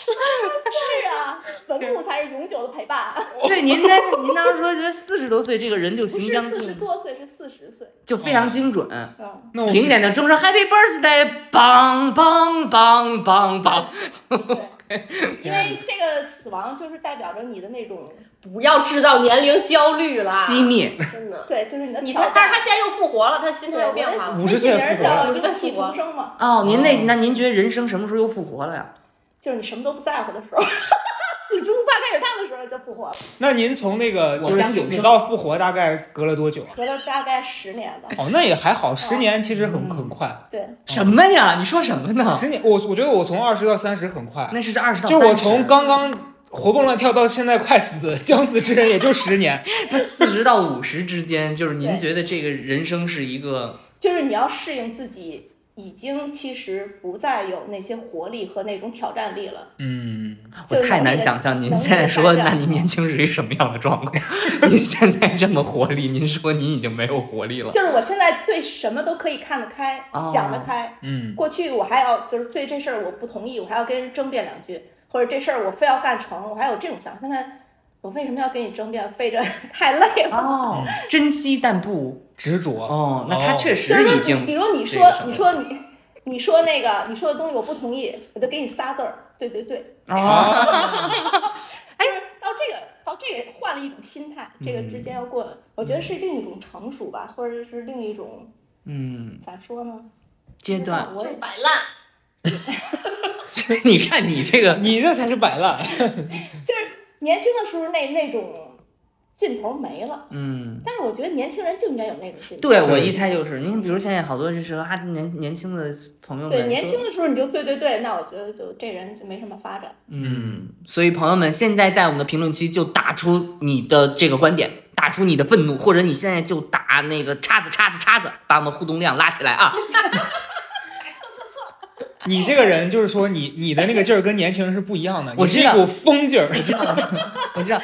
A: 是啊，文物才是永久的陪伴，
B: 对，您那您当时说觉得四十多岁这个人就
A: 不
B: 行
A: 是
B: 将
A: 四十
B: 就
A: 多岁，是四十岁。
B: 就非
A: 哦
B: 常精准。
A: 嗯，
C: 那我
B: 零点的钟声，Happy Birthday，梆梆梆梆梆。
A: <laughs> 对，因为这个死亡就是代表着你的那种，
D: 不要制造年龄焦虑
A: 啊
D: 了，
B: 熄灭，
D: 真的。
A: 对，就是你的
D: 你
A: 挑
D: 看，但
A: 战
D: 是他。现在又复活了，他心态又变化了。
A: 我的
C: 50岁
A: 那名
C: 复活
A: 叫
D: 了
A: 一个企图生嘛，
B: 哦，您
C: 哦
B: 那那您觉得人生什么时候又复活了
A: 哦
B: 呀？
A: 就是你什么都不在乎的时候， <laughs> 死猪大开始大的时候就复活了，
C: 那您从那个
B: 我
C: 就是
B: 将有
C: 死
B: 生
C: 到复活大概隔了多久啊？
A: 隔了大概十年吧。
C: 哦，那也还好，十年其实很很快。
A: <laughs> 对，
B: 什么呀？你说什么呢？
C: 十年，我我觉得我从二十到三十很
A: 啊
C: 快，
B: 啊那是二十到
C: 就我
B: 30
C: 从刚刚活蹦乱跳到现在快死，将死之人也就十年。
B: 那四十到五十之间，就是您
A: 对
B: 觉得这个人生是一个
A: 就是你要适应自己已经其实不再有那些活力和那种挑战力了。
C: 嗯，
A: 就
B: 我太
A: 有那
B: 难
A: 个
B: 想象您
A: 能
B: 现在
A: 力
B: 说，
A: 下
B: 那
A: 降
B: 您年轻时是什么样的状况？ <laughs> 您现在这么活力，您说您已经没有活力了。
A: 就是我现在对什么都可以看得开，
B: 哦
A: 想得开。
C: 嗯
A: 过去我还要就是对这事儿我不同意，我还要跟人争辩两句，或者这事儿我非要干成，我还有这种想。现在我为什么要跟你争辩？费这 <laughs> 太累了。
B: 哦，珍惜但不
C: 执着，
B: 哦，那他确
A: 就
B: 实
A: 是说
B: 已
A: 你
B: 经，
A: 比如你
B: 这
A: 说
B: 个什么
A: 你说你你说那个你说的东西我不同意，我就给你仨字儿，对对对。
B: 哦，
A: 就是到这个到这个换了一种心态，这个之间要
B: 嗯
A: 过，我觉得是另一种成熟吧，或者是另一种
B: 嗯，
A: 咋说呢？
B: 阶段，
A: 我
D: 就
A: 也
D: 摆烂。
B: <laughs> 你看你这个，
C: 你这才是摆烂。
A: 年轻的时候那那种劲头没了，
B: 嗯，
A: 但是我觉得年轻人就应该有那种劲头。
B: <laughs> 对我一开就是，您比如现在好多就是啊，年年轻的朋友们
A: 对，
B: 嗯说
A: 年轻的时候你就对对对，那我觉得就这人就没什么发展。
B: 嗯，所以朋友们，现在在我们的评论区就打出你的这个观点，打出你的愤怒，或者你现在就打那个叉子叉子叉子，把我们互动量拉起来啊！
C: 你这个人就是说你你的那个劲儿跟年轻人是不一样的，
B: 我
C: 你是
B: 知
C: 一
B: 道
C: 股疯劲儿。
B: 我知道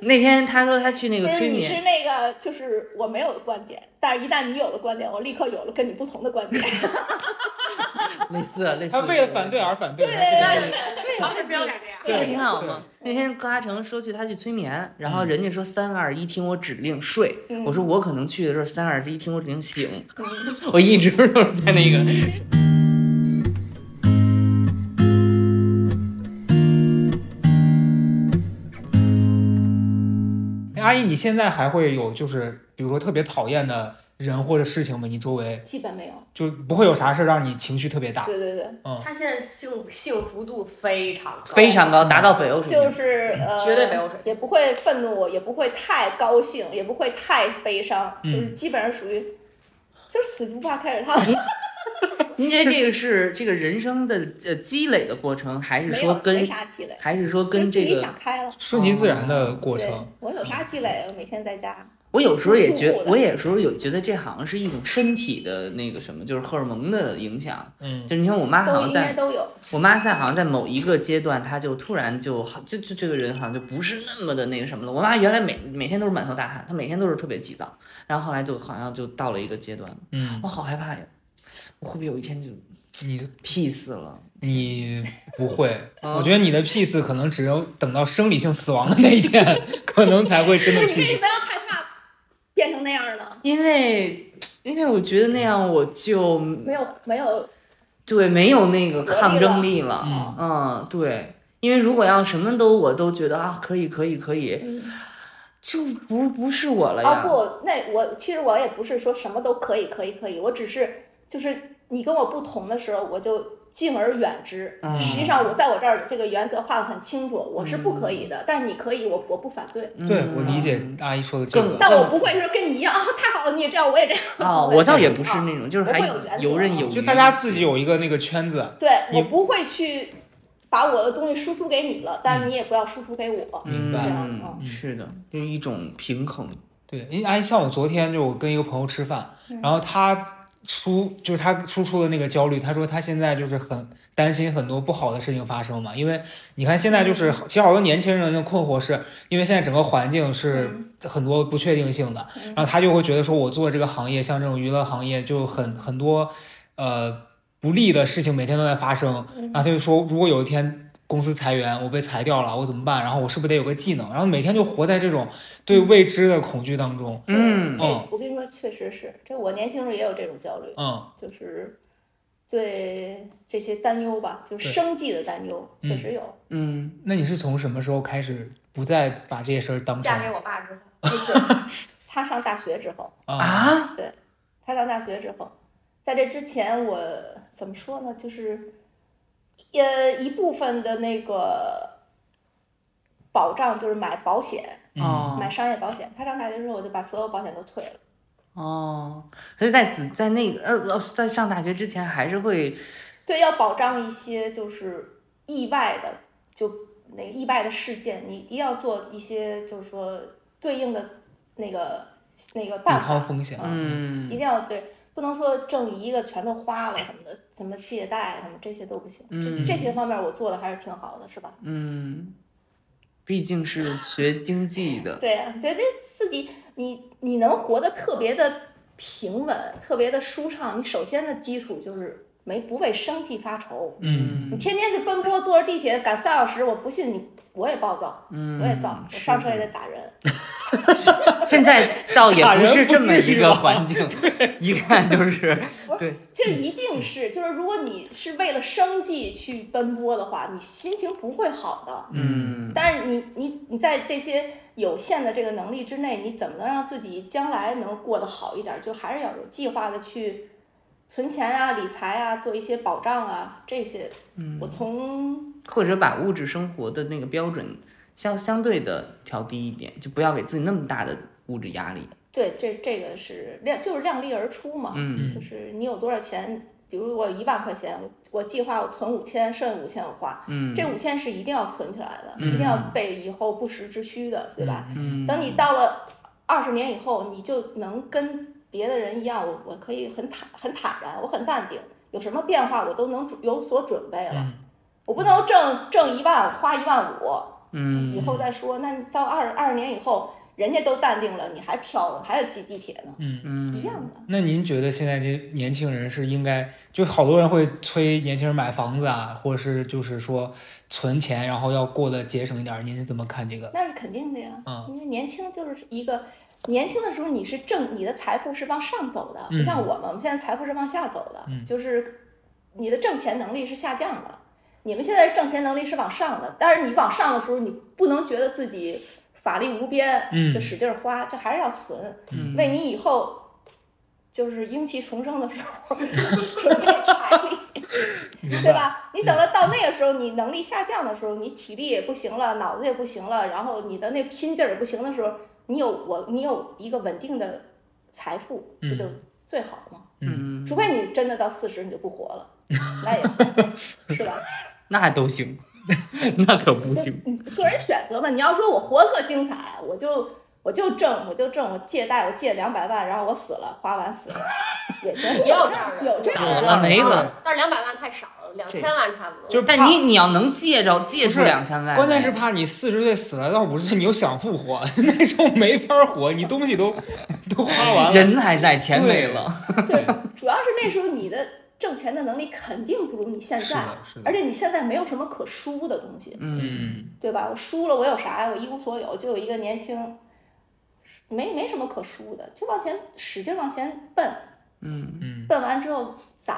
B: 那天他说他去那个
A: 就是
B: 催
A: 你是
C: <laughs>
B: 眠，
A: 那个，就是我没有的观点，但是一旦你有了观点，我立刻有了跟你不同的观点。 <laughs>
B: 类似类似，
C: 哎他为了反对而反对。
A: 对
C: 他这个
A: 对
D: 乔治不要敢这样。
B: 这
C: 对
B: 个挺好嘛那
C: 对。嗯
B: 天高阿成说去他去催眠，然后人家说三二一，听我指令睡。
A: 嗯
B: 我说我可能去的时候三二一，听我指令醒。 <laughs> 我一直都是在那个。
C: 嗯那阿姨，你现在还会有就是比如说特别讨厌的人或者事情吗？你周围
A: 基本没有。
C: 就不会有啥事儿让你情绪特别大？嗯
A: 对对
B: 啊
A: 对，
D: 他现在幸幸福度非常高，
B: 非常高，达到北欧水
A: 就
B: 平。 <laughs>
A: 是呃，
D: 绝对没有水
A: 也不会愤怒，也不会太高兴，也不会太悲伤，就是
B: 嗯
A: 基本上属于就是死不怕开水烫。
B: 您觉得这个是这个人生的呃积累的过程，还是
A: 没
B: 说
A: 有没
B: 跟
A: 啥积累，
B: 还是说
A: 就是
B: 跟
A: 自
B: 这
A: 己想
B: 个？
A: 开了。
C: 顺其自然的过
A: 对
C: 程。，
A: 我有啥积累？我每天在家，
B: 我有时候也觉
A: 挺苦，的
B: 我有时候有觉得这好像是一种身体的那个什么，就是荷尔蒙的影响。
C: 嗯
B: 就是你看我妈好
A: 都
B: 像
A: 应
B: 在
A: 该都有。
B: 我妈在好像在某一个阶段，她就突然就好，就就这个人好像就不是那么的那个什么了。我妈原来每每天都是满头大汗，她每天都是特别急躁，然后后来就好像就到了一个阶段了，
C: 嗯，
B: 我好害怕呀，我会不会有一天就
C: 你
B: peace 了？
C: 你不会，
B: 嗯
C: 我觉得你的 peace 可能只有等到生理性死亡的那一天，可能才会真的
A: 你为什
C: peace。
A: 么要害怕变成那样呢？
B: 因为因为我觉得那样我就
A: 没有没有，
B: 对没有那个抗争力了，
C: 嗯
B: 嗯，对。因为如果要什么都我都觉得啊可以可以可以，
A: 嗯，
B: 就不不是我了呀。
A: 啊不，那我其实我也不是说什么都可以，可以，可以，我只是就是你跟我不同的时候，我就敬而远之。
B: 嗯
A: 实际上我在我这儿这个原则画的很清楚，我是不可以的，但是你可以，我我不反对。
C: 对
B: 嗯
C: 我理解阿姨说的这
B: 更
C: 个。
A: 但我不会说跟你一样啊，太好了，你也这样，我也这样。 <laughs>
B: 哦，
A: 我
B: 我倒也不是
A: 啊
B: 那种，就是
A: 我
B: 还
A: 会有原则
B: 游刃有余。啊
C: 就大家自己有一个那个圈子，
A: 对
C: 你
A: 我不会去把我的东西输出给你了，但是你也不要输出给我。
C: 明白
A: 这样嗯
B: 嗯，是的，就是一种平衡。
C: 对，因为阿姨像我昨天就我跟一个朋友吃饭，然后他输就是他输出的那个焦虑，他说他现在就是很担心很多不好的事情发生嘛，因为你看现在就是其实好多年轻人的困惑是因为现在整个环境是很多不确定性的，然后他就会觉得说我做这个行业像这种娱乐行业就很很多呃不利的事情每天都在发生，然后他就说如果有一天。公司裁员，我被裁掉了，我怎么办？然后我是不是得有个技能？然后每天就活在这种对未知的恐惧当中。
B: 嗯
A: 这
C: 嗯
A: 我跟你说，确实是，这我年轻时候也有这种焦虑，
C: 嗯
A: 就是对这些担忧吧，就是
C: 对
A: 生计的担忧，确实有。
B: 嗯，
C: 那你是从什么时候开始不再把这些事儿当成
D: 嫁给我爸之后，
A: 就是他上大学之后，
C: 啊？
B: 啊，
A: 他上大学之后，在这之前我怎么说呢？就是，呃，一部分的那个保障就是买保险，
C: 嗯
A: 买
B: 哦
A: 商业保险。他上大学之后，我就把所有保险都退了。
B: 哦，所以在此在那个呃呃，在上大学之前还是会
A: 对，要保障一些就是意外的，就那个意外的事件，你一定要做一些就是说对应的那个那个
C: 抵
A: 办法，
C: 抗风险。
A: 一
B: 嗯
A: 定要对。不能说挣一个全都花了什么的，什么借贷什么这些都不行。
B: 嗯
A: 这这些方面我做的还是挺好的，是吧？
B: 嗯，毕竟是学经济的，
A: 对呀、觉得自己你你能活得特别的平稳，特别的舒畅，你首先的基础就是没不为生计发愁。
C: 嗯，
A: 你天天就奔波，坐着地铁赶三小时，我不信你，我也暴躁，
B: 嗯，
A: 我也躁，我
B: 是嗯
A: 上车
B: 的
A: 也得打人。
B: 现在倒也
C: 打
B: 不
C: 人
B: 是
C: 不
B: 这么
C: 至
B: 一
C: 于
B: 个
C: 吧
B: 环境，一看就是对，
A: 这一定是，就是如果你是为了生计去奔波的话，你心情不会好的。
B: 嗯
A: 但是你你你在这些有限的这个能力之内，你怎么能让自己将来能过得好一点儿？就还是要有计划的去存钱啊、理财啊，做一些保障啊这些。
B: 嗯
A: 我，从
B: 或者把物质生活的那个标准相相对的调低一点，就不要给自己那么大的物质压力。
A: 对这这个是量，就是量力而出嘛。
B: 嗯
A: 就是你有多少钱，比如我有一万块钱，我我计划我存五千，剩五千我花。
B: 嗯
A: 这五千是一定要存起来的，
B: 嗯
A: 一定要备以后不时之需的，对吧？
B: 嗯，
A: 等你到了二十年以后，你就能跟别的人一样，我我可以很坦很坦然，我很淡定，有什么变化我都能准有所准备了。
C: 嗯
A: 我不能挣挣一万花一万五，
B: 嗯
A: 以后再说。那你到二二十年以后，人家都淡定了，你还飘了，还得挤地铁呢，
C: 嗯，
B: 嗯
A: 一样的。
C: 那您觉得现在这年轻人是应该，就好多人会催年轻人买房子啊，或者是就是说存钱，然后要过得节省一点儿，您是怎么看这个？
A: 那是肯定的呀，
C: 嗯
A: 因为年轻就是一个年轻的时候，你是正你的财富是往上走的，
C: 嗯
A: 不像我们，我们现在财富是往下走的，
C: 嗯
A: 就是你的挣钱能力是下降的。你们现在挣钱能力是往上的，但是你往上的时候，你不能觉得自己法力无边，
C: 嗯
A: 就使劲儿花，就还是要存，
B: 嗯
A: 为你以后就是英气重生的时候 <laughs> 准备财力。
C: 明
A: 对
C: 白。嗯
A: 吧？你等到到那个时候，你能力下降的时候，你体力也不行了，脑子也不行了，然后你的那拼劲儿也不行的时候，你有我，你有一个稳定的财富，
C: 嗯
A: 不就最好吗？
B: 嗯，
A: 除非你真的到四十你就不活了，
C: 嗯
A: 那也行，是吧？
B: 那都行， <laughs> 那可不行。
A: 你个嗯人选择吧。你要说我活得特精彩，我就我就挣，我就挣，我借贷我借两百万，然后我死了花完死了也行，
D: <laughs> 也有这样的嗯
A: 有这样
B: 倒
C: 啊
A: 的
B: 了霉了，
D: 但是两百万太少了，两千万差不多。
C: 就是
B: 但
C: 怕
B: 你你要能借着借出
C: 不是
B: 两千万，
C: 关键是怕你四十岁死了到五十岁，你又想复活， <laughs> 那时候没法活，你东西都 <laughs> 都花完了。
B: 人还在，钱没
C: 对
B: 了。
A: 对，主要是那时候你的挣钱的能力肯定不如你现
C: 是
A: 在
C: 的，是的
A: 而且你现在没有什么可输的东西，
B: 嗯
C: 嗯
A: 对吧？我输了我有啥呀？我一无所有，就有一个年轻，没没什么可输的，就往前使劲往前奔，
B: 嗯
C: 嗯
A: 奔完之后攒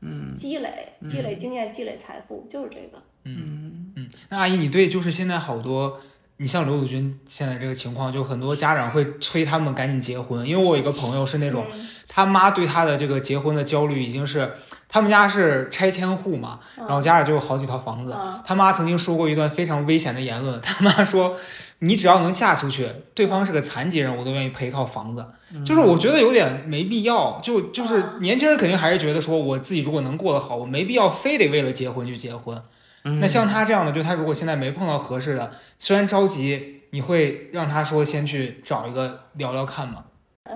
B: 嗯
A: 积累，积累经验，积累财富，就是这个。
C: 嗯
B: 嗯
C: 嗯。那阿姨，你对就是现在好多，你像刘祖君现在这个情况，就很多家长会催他们赶紧结婚，因为我有一个朋友是那种
A: 嗯
C: 他妈对他的这个结婚的焦虑已经是，他们家是拆迁户嘛，
A: 嗯
C: 然后家里就有好几套房子。
A: 啊，
C: 他妈曾经说过一段非常危险的言论，他妈说：“你只要能嫁出去，对方是个残疾人，我都愿意赔一套房子。”就是我觉得有点没必要，就就是
A: 啊
C: 年轻人肯定还是觉得说，我自己如果能过得好，我没必要非得为了结婚去结婚。
B: 嗯，
C: 那像他这样的，就他如果现在没碰到合适的，虽然着急，你会让他说先去找一个聊聊看吗？
A: 呃，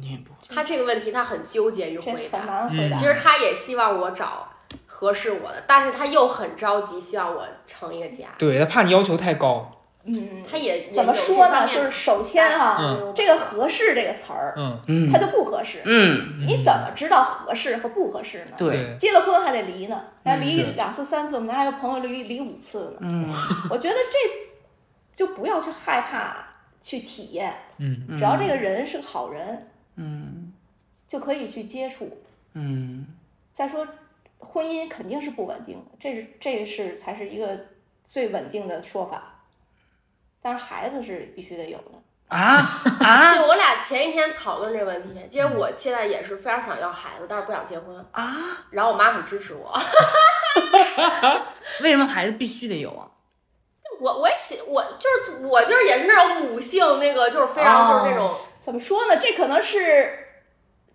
B: 你也不会
D: 他这个问题他很纠结于
A: 这
D: 回
A: 很
D: 答。
A: 难
B: 嗯
A: 回答
D: 其。实他也希望我找合适我的，但是他又很着急，希望我成一个家。
C: 对他怕你要求太高，
A: 嗯，
D: 他也
A: 怎么说呢？就是首先啊，
C: 嗯
A: 这个合适这个词儿，
C: 嗯，
B: 嗯
A: 它就不合适。
B: 嗯
A: 你怎么知道合适和不合适呢？
B: 对，
C: 对，
A: 结了婚还得离呢，还离
C: 是
A: 两次三次，我们还有朋友离离五次呢。
B: 嗯
A: 我觉得这就不要去害怕去体验，
C: 嗯
A: 只要这个人是个好人，
B: 嗯
A: 就可以去接触。
B: 嗯
A: 再说，婚姻肯定是不稳定的，这是这个是才是一个最稳定的说法。但是孩子是必须得有的，
B: 啊啊
D: 对我俩前一天讨论这个问题，其实我现在也是非常想要孩子，但是不想结婚。
B: 啊！
D: 然后我妈很支持我， <laughs>
B: 为什么孩子必须得有啊？
D: 我我也喜我就是我就是也是那种母
A: 哦
D: 性那个就是非常就是那种
A: 怎么说呢？这可能是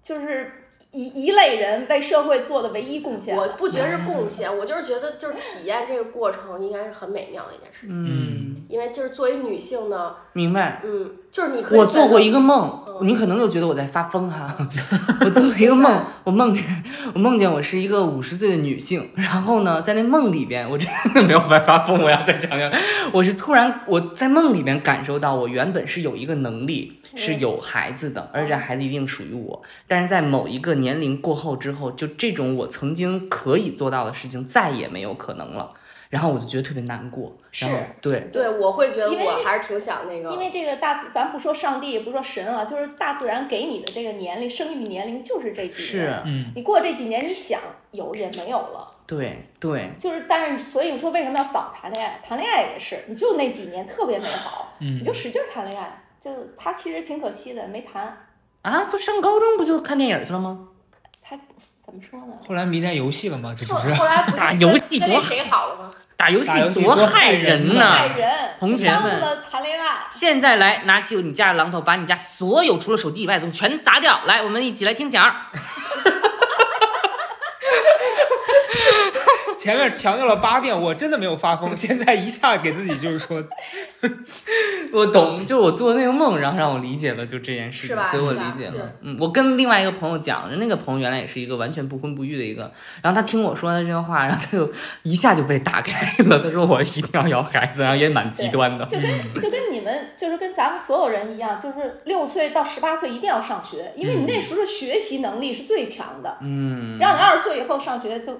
A: 就是一一类人为社会做的唯一贡献。
D: 我不觉得是
A: 嗯
D: 贡献，我就是觉得就是体验这个过程应该是很美妙的一件事情。
B: 嗯，
D: 因为就是作为女性呢，
B: 明白。
D: 嗯，就是你可以
B: 我做过一
D: 个
B: 个梦，
D: 嗯
B: 你可能又觉得我在发疯哈。我做过一个
D: <laughs>
B: 梦，我梦见我梦见我是一个五十岁的女性，然后呢，在那梦里边，我真的没有办法发疯，我要再讲讲。我是突然我在梦里边感受到，我原本是有一个能力，
D: 嗯
B: 是有孩子的，而且孩子一定属于我。但是在某一个年龄过后之后，就这种我曾经可以做到的事情再也没有可能了。然后我就觉得特别难过，然后
A: 是
B: 对，
D: 对，我会觉得
A: 因为
D: 我还是挺想那个，
A: 因为这个大自，咱不说上帝，也不说神啊，就是大自然给你的这个年龄，生育年龄就是这几年。
B: 是，
C: 嗯，
A: 你过这几年，你想有也没有了，
B: 对对，
A: 就是但是，所以我说为什么要早谈恋爱？谈恋爱也是，你就那几年特别美好，
C: 嗯
A: 你就使劲儿谈恋爱。就他其实挺可惜的，没谈。
B: 啊，不上高中不就看电影去了吗？
A: 他怎么说呢？
C: 后来迷恋游戏了吗？这不
D: 后
C: 是 <laughs>
D: 后来不是
B: 啊 <laughs> 打
D: 跟
B: 游戏
D: 跟
B: 多
D: 那谁好了吗？
B: 打游
C: 打游戏
B: 多
C: 多
B: 害
C: 害
B: 人呐、
C: 人呐
A: 爱人，
B: 啊同
A: 就
B: 学
A: 耽误
B: 们
A: 了谈恋爱。
B: 现在来，拿起你家的榔头，把你家所有除了手机以外的东西全砸掉。来，我们一起来听响儿。
C: 前面强调了八遍，我真的没有发疯，现在一下给自己就是说，
B: 我懂，就是我做的那个梦，然后让我理解了就这件事
D: 是
B: 情，
D: 吧
B: 所以我
D: 是吧
B: 理解
D: 是
B: 了。嗯，我跟另外一个朋友讲，那个朋友原来也是一个完全不婚不育的一个，然后他听我说的这些话，然后他就一下就被打开了。他说我一定要要孩子，然后也蛮极端的。
A: 就跟就跟你们就是跟咱们所有人一样，就是六岁到十八岁一定要上学，因为你那时候的学习能力是最强的。
B: 嗯，
A: 让你二十岁以后上学就，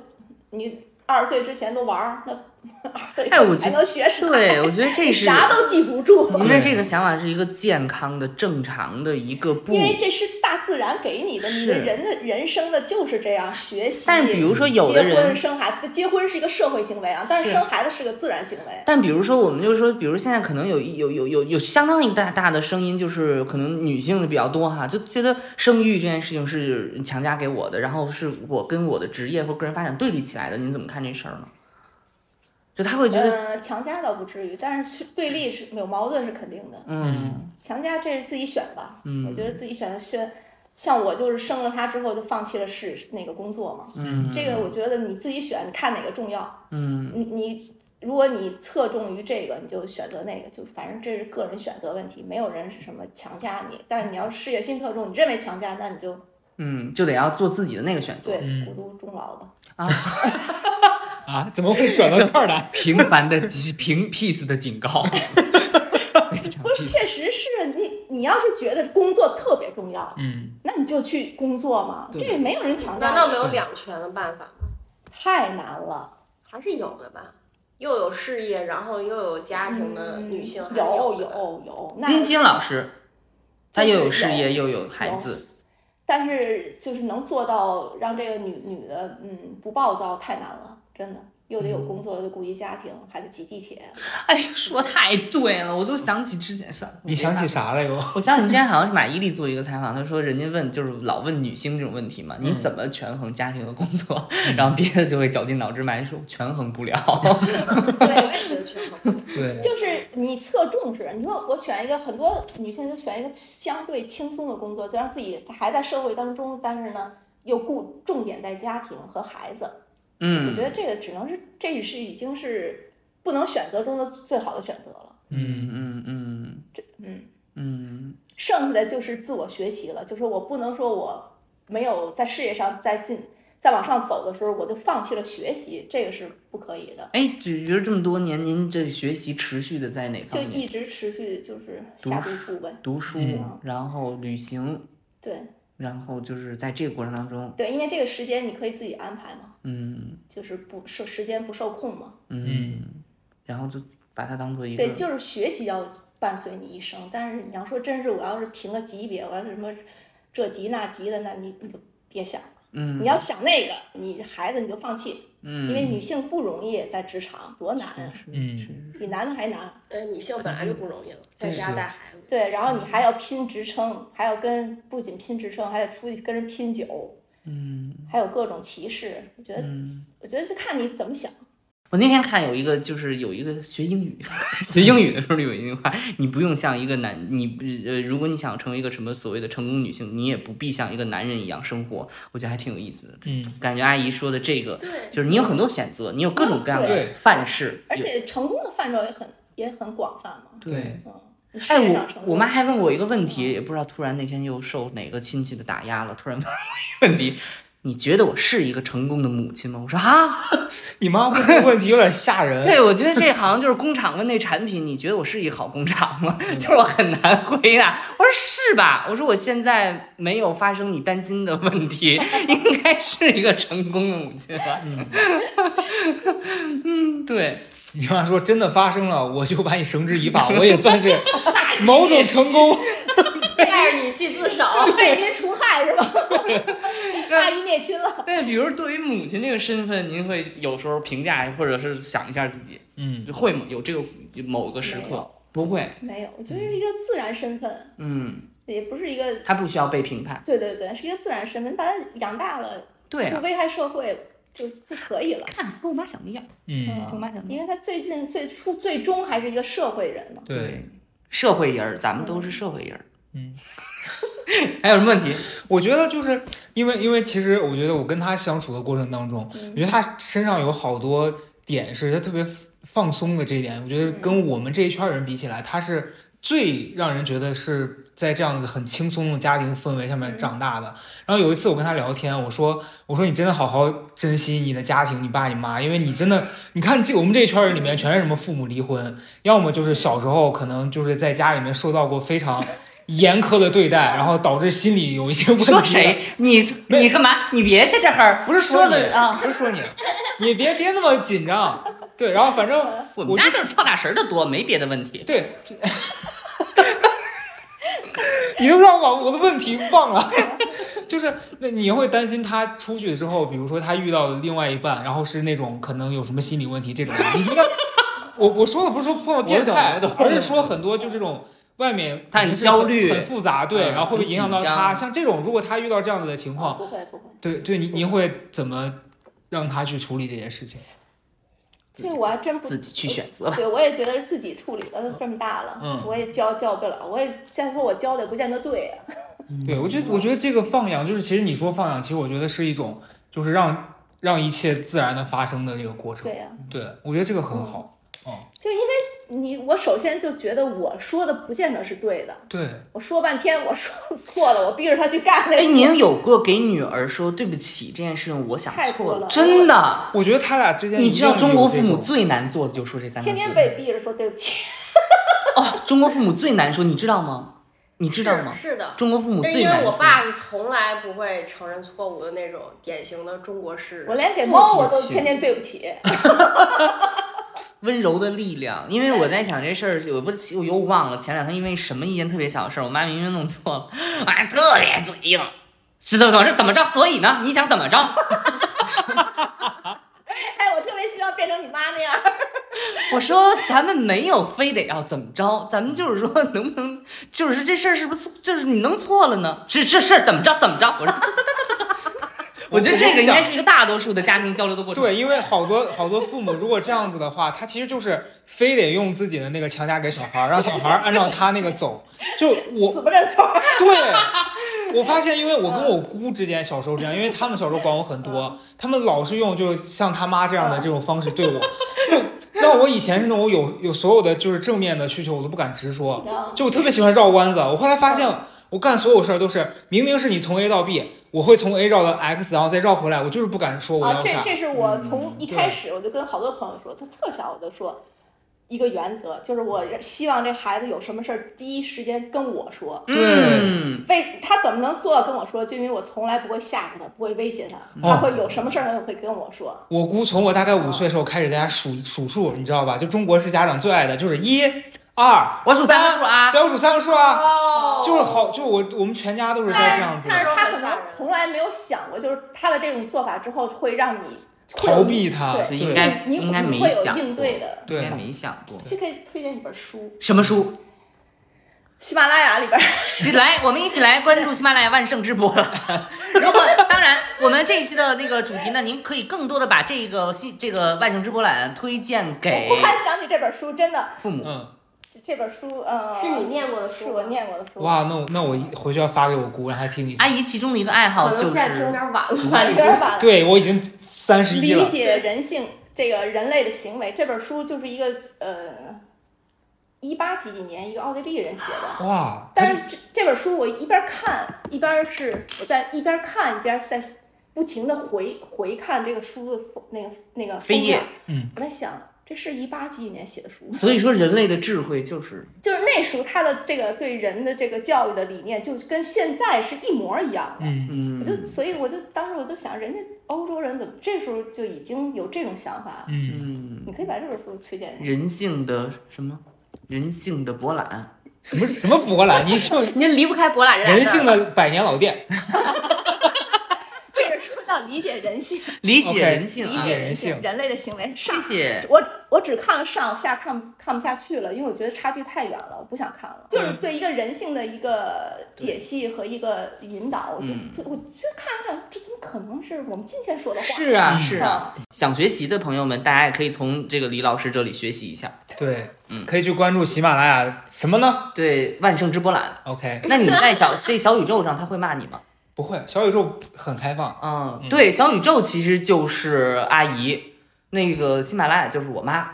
A: 你二十岁之前都玩儿，那二十岁以
B: 哎我
A: 后
B: 觉
A: 还能学啥？
B: <laughs> 对，我觉得这是
A: 啥都记不住，
B: 您的这个想法是一个健康的、正常的一个步
A: 因为这是大自然给你的，你的
B: 是
A: 人的人生的就是这样学习。
B: 但是比如说有的
A: 结婚
B: 人，
A: 生孩子，结婚是一个社会行为啊，但是
B: 是
A: 生孩子是个自然行为。
B: 但比如说我们就是说，比如现在可能有一有有有有相当一大大的声音，就是可能女性的比较多哈，就觉得生育这件事情是强加给我的，然后是我跟我的职业或个人发展对立起来的。您怎么看这事儿呢？就他会觉得，
A: 嗯，强加倒不至于，但是去对立是有矛盾是肯定的。
B: 嗯
A: 强加这是自己选吧，我
B: 嗯
A: 觉得自己选的选，像我就是生了他之后就放弃了事那个工作嘛。
B: 嗯，
A: 这个我觉得你自己选，你看哪个重要。
B: 嗯
A: 你你，如果你侧重于这个，你就选择那个，就反正这是个人选择问题，没有人是什么强加你。但是你要是事业心特重，你认为强加，那你就
B: 嗯，就得要做自己的那个选择
A: 对，
C: 嗯
A: 孤独终老吧。
C: 啊，怎么会转到这儿来？ <laughs>
B: 平凡的极平 peace 的警告，非常
A: 不是，
B: peace。
A: 确实是你，你要是觉得工作特别重要，
C: 嗯，
A: 那你就去工作嘛，
B: 对
A: 这也没有人强
D: 难
A: 加
D: 道
A: 你，
D: 没有
C: 对
D: 两全的办法吗？
A: 太难了。
D: 还是有的吧，又有事业，然后又有家庭的
A: 嗯
D: 女性还是
A: 有
D: 有的
A: 有有，那
B: 金星老师，他
A: 就是
B: 又有事
A: 有
B: 业又有孩
A: 有
B: 子，
A: 但是就是能做到让这个女女的嗯不暴躁太难了，真的，又得有
D: 嗯
A: 工作，又得顾及家庭，还得挤地铁。
B: 哎，说太对了，我就想起之前算了，
C: 你想起
B: 我没办法？
C: 啥了又？ <laughs>
B: 我想起之前好像是马伊琍做一个采访，她说人家问就是老问女性这种问题嘛，
A: 嗯
B: 你怎么权衡家庭和工作？ <laughs> 然后别的就会绞尽脑汁埋说权衡不
A: <laughs>
B: 了。
D: 所以我也觉得权衡。
C: 对，
A: 就是你侧重是，你说我选一个，很多女性就选一个相对轻松的工作，就让自己还在社会当中，但是呢又顾重点在家庭和孩子。我
B: 嗯
A: 觉，得这个只能是，这是已经是不能选择中的最好的选择了。
C: <laughs> 嗯，
B: 嗯嗯
A: 嗯，
B: 嗯
A: 剩下的就是自我学习了，就是我不能说我没有在事业上再进。再往上走的时候，我就放弃了学习，这个是不可以的。
B: 哎，就觉得这么多年，您这学习持续的在哪
A: 就
B: 方面？
A: 一直持续就是下
B: 读
A: 读书呗。
B: 读书，
A: 嗯
B: 然后旅行，
A: 对
B: 然后就是在这个过程当中，
A: 对，因为这个时间你可以自己安排嘛。
B: 嗯
A: 就是不受时间不受控嘛。
B: 嗯，然后就把它当做一个
A: 对，就是学习要伴随你一生，但是你要说真是我要是评个级别，我要是什么这级那级的，那你你就别想了。
B: 嗯
A: 你要想那个，你孩子你就放弃，
B: 嗯，
A: 因为女性不容易在职场，多难啊，
B: 是
C: 嗯
B: 确实
A: 比男的还难。
D: <laughs> 呃，女性本来就不容易了，在家带孩子，
A: 对，然后你
B: 嗯
A: 还要拼职称，还要跟不仅拼职称，还得出去跟人拼酒，
B: 嗯
A: 还有各种歧视。我觉得，
B: 嗯。
A: 我觉得就看你怎么想。
B: 我那天看有一个，就是有一个学英语， <laughs> 学
C: 嗯
B: 英语的时候有一句话，你不用像一个男，你呃，如果你想成为一个什么所谓的成功女性，你也不必像一个男人一样生活。我觉得还挺有意思的，
C: 嗯，
B: 感觉阿姨说的这个，
D: 对，
B: 就是你有很多选择，你有各种各样的
C: 对
B: 范式。
A: 而
B: 有
A: 且成功的范畴也很也很广泛嘛。
C: 对，
A: 嗯，你事
B: 哎，
A: 业
B: 我
A: 上成功
B: 我妈还问我一个问题，也不知道突然那天又受哪个亲戚的打压了，突然问我一个问题：你觉得我是一个成功的母亲吗？我说啊，
C: 你妈问这个问题有点吓人。
B: <laughs> 对，我觉得这好像就是工厂问那产品，你觉得我是一好工厂吗？
A: 嗯
B: <laughs> 就是我很难回答。我说是吧？我说我现在没有发生你担心的问题， <laughs> 应该是一个成功的母亲吧？ <laughs> 嗯，对，
C: 你妈说真的发生了，我就把你绳之以 <laughs> 法，我也算是某种成功。 <laughs>
D: 带着女婿自首，
A: 为民除害是吧？ <laughs> 大义灭亲了。
B: 但比如对于母亲这个身份，您会有时候评价或者是想一下自己。
C: 嗯，
B: 会吗？有这个某个时
A: 没
B: 刻
A: 有？
B: 不会，
A: 没有，我觉得是一个自然身份，
B: 嗯，
A: 也不是一个，
B: 他不需要被评判。
A: 对对对，是一个自然身份，把它养大了，
B: 对
A: 不
B: 啊，
A: 危害社会就就可以了。
B: 看跟我妈想的一样，
C: 嗯，
B: 跟我妈想的一样。
A: 因为他最近最初最终还是一个社会人嘛。
C: 对，，
B: 社会人儿，咱们都是社会人儿。
C: 嗯，
B: <laughs> 还有什么问题？
C: 我觉得就是因为因为其实我觉得我跟她相处的过程当中，
A: 嗯
C: 我觉得她身上有好多点是她特别放松的这一点，我觉得跟我们这一圈人比起来，她是最让人觉得是在这样子很轻松的家庭氛围下面长大的。然后有一次我跟她聊天，我说我说你真的好好珍惜你的家庭，你爸你妈，因为你真的你看这我们这一圈人里面全是什么父母离婚，要么就是小时候可能就是在家里面受到过非常。严苛的对待，然后导致心理有一些问题。
B: 说谁？你
C: 没有
B: 你干嘛？你别在这儿，
C: 不是
B: 说
C: 你
B: 的啊。
C: 不是说你，你别别那么紧张。对，然后反正
B: 我们家就是跳大神儿的多，没别的问题。
C: <laughs> 对，这你都让我我的问题忘了， <laughs> 就是那你会担心他出去之后，比如说他遇到的另外一半，然后是那种可能有什么心理问题这种，你觉得？
B: <laughs>
C: 我我说的不是说碰到变态
B: 我懂我，懂
C: 而是说很多就这种外面
B: 他很
C: 可能是
B: 焦虑
C: 很复杂，对，
B: 嗯
C: 然后会不会
B: 很
C: 影响到
B: 紧张
C: 他？像这种如果他遇到这样子的情况，
A: 不会不会，
C: 对对，您您会怎么让他去处理这件事情？
B: 自
A: 这
B: 己
A: 个我还真不
B: 自己去选择吧。
A: 对，我也觉得是自己处理的，都这么大了，
C: 嗯
A: 我也教教不了，我也现在说我教的也不见得对啊呀、
B: 嗯
C: 对我觉得，我觉得这个放养就是，其实你说放养，其实我觉得是一种，就是让让一切自然的发生的这个过程
A: 对。呀、
C: 对，我觉得这个
B: 嗯
C: 很好。
A: 你我首先就觉得我说的不见得是对的，
C: 对，
A: 我说半天我说错了，我逼着他去干那
B: 哎，
A: 个，
B: 您有过给女儿说对不起这件事情，我想
A: 太
B: 错
A: 多了
B: 真的。
C: 我觉得他俩之间，
B: 你知道中国父母，最难做的就是说这三个字，
A: 天天被逼着说对不起，
B: 哦，中国父母最难说，你知道吗？ <laughs> 你知道吗？
D: 是是的，
B: 中国父母
D: 但
B: 最
D: 因
B: 难
D: 为
B: 说。
D: 我爸是从来不会承认错误的那种典型的中国式
A: 我。连给猫我
B: 父
A: 都
B: 亲
A: 天天对不起， <laughs>
B: 温柔的力量，因为我在想这事儿，我不我又忘了前两天因为什么一件特别小的事儿，我妈明明弄错了，哎，特别嘴硬，是怎么是怎么着？所以呢，你想怎么着？ <laughs>
A: 哎，我特别希望变成你妈那样。
B: 我说咱们没有非得要怎么着，咱们就是说能不能，就是这事儿是不是就是你弄错了呢？这这事儿怎么着怎么着？我说，我觉得这个应该是一个大多数的家庭交流的过程。
C: 对，因为好多好多父母如果这样子的话，他其实就是非得用自己的那个强加给小孩儿，让小孩儿按照他那个走。就我
A: 死不认错儿。
C: <laughs> 对，我发现，因为我跟我姑之间小时候这样，因为他们小时候管我很
A: 嗯
C: 多，他们老是用就是像他妈这样的这种方式对我，就让我以前是那种有有所有的就是正面的需求我都不敢直说，就我特别喜欢绕弯子。我后来发现，我干所有事儿都是明明是你从 A 到 B，我会从 A 绕到 X，然后再绕回来，我就是不敢说我
A: 啊，
C: 要
A: 这
C: 啥。
A: 这是我
D: 嗯
A: 从一
C: 对
A: 开始我就跟好多朋友说，就特小我就说一个原则，就是我希望这孩子有什么事儿第一时间跟我说。
B: 嗯，
A: 为他怎么能做到跟我说？就因为我从来不会吓唬他，不会威胁他，
C: 嗯
A: 他
C: 哦
A: 会有什么事儿他就会跟我说。
C: 我姑从我大概五岁的时候开始在家数数数，你知道吧？就中国式家长最爱的就是一、二，
B: 我数三个数啊，
C: 对，我数三个数啊，
D: 哦
C: 就是好，就我我们全家都是在这样子的
D: 但。是
A: 他可能从来没有想过，就是他的这种做法之后会让你
C: 逃避他
A: 对
B: 所以
C: 对
B: 应该
A: 你
B: 应该
A: 你
B: 没
A: 会有
B: 想过，
A: 应对的。
B: 应该
C: 对，
B: 没想过
A: 其实可以推荐一本书，
B: 什么书。
A: 喜马拉雅里边儿， <laughs>
B: 是来，我们一起来关注喜马拉雅万圣直播了。如果当然，我们这一期的那个主题呢，您可以更多的把这个新这个万圣直播览推荐给
C: 哎
A: 我忽然想起这本书，真的，
B: 父母。
C: 嗯，
A: 这这本书，呃，
D: 是你念过的
A: 是
D: 书
A: 我
D: 吗，
A: 念过的书，
C: 哇，那我那我一回去要发给我姑，让她听一下
B: 阿。姨其中的一个爱好
D: 可能
B: 就
D: 现在听有
B: 是，
D: 点晚了。
A: 有点晚了。
C: 对我已经三十一
A: 理
C: 了，
A: 解人性这个人类的行为，这本书就是一个呃，一八几几年一个奥地利人写
C: 啊
A: 的。
C: 哇，她
A: 但是这这本书我一边看一边是我在一边看一边在不停的回回看这个书的封那个那个
B: 扉
A: 封
B: 页
A: 面，
C: 嗯，
A: 我在想这是一八几几年写的书吗，
B: 所以说人类的智慧就是
A: 就是那时候他的这个对人的这个教育的理念，就跟现在是一模一样的。
C: 嗯，
B: 嗯
A: 我，就所以我就当时我就想，人家欧洲人怎么这时候就已经有这种想法？
C: 嗯
B: 嗯，
A: 你可以把这本书推荐一下。
B: 人性的什么？人性的博览，
C: 什么什么博览，你说
D: 你就离不开博览这俩字儿
C: 人性的百年老店，
A: 这 <laughs> 本书叫《理解人性》，
B: 理解
C: OK，
B: 人性
A: 理
B: 啊
C: 理！解
A: 解
C: 人性
A: 性，人类的行为。
B: 谢
A: 上，
B: 谢，
A: 我我只看了上下，看看不下去了，因为我觉得差距太远了，我不想看了。
B: 嗯
A: 就是对一个人性的一个解析和一个引导，我就
B: 嗯
A: 就我就看看，这怎么可能是我们今天说的话？
B: 是啊
C: 嗯
B: 是啊。
A: 啊，
B: 想学习的朋友们，大家也可以从这个李老师这里学习一下。
C: 对，
B: 嗯
C: 可以去关注喜马拉雅什么呢
B: 对，万圣之博览。
C: ？OK，
B: 那你在小这小宇宙上，他会骂你吗？
C: 不会，小宇宙很开放，
B: 嗯，对，小宇宙其实就是阿姨，那个喜马拉雅就是我妈。 <laughs>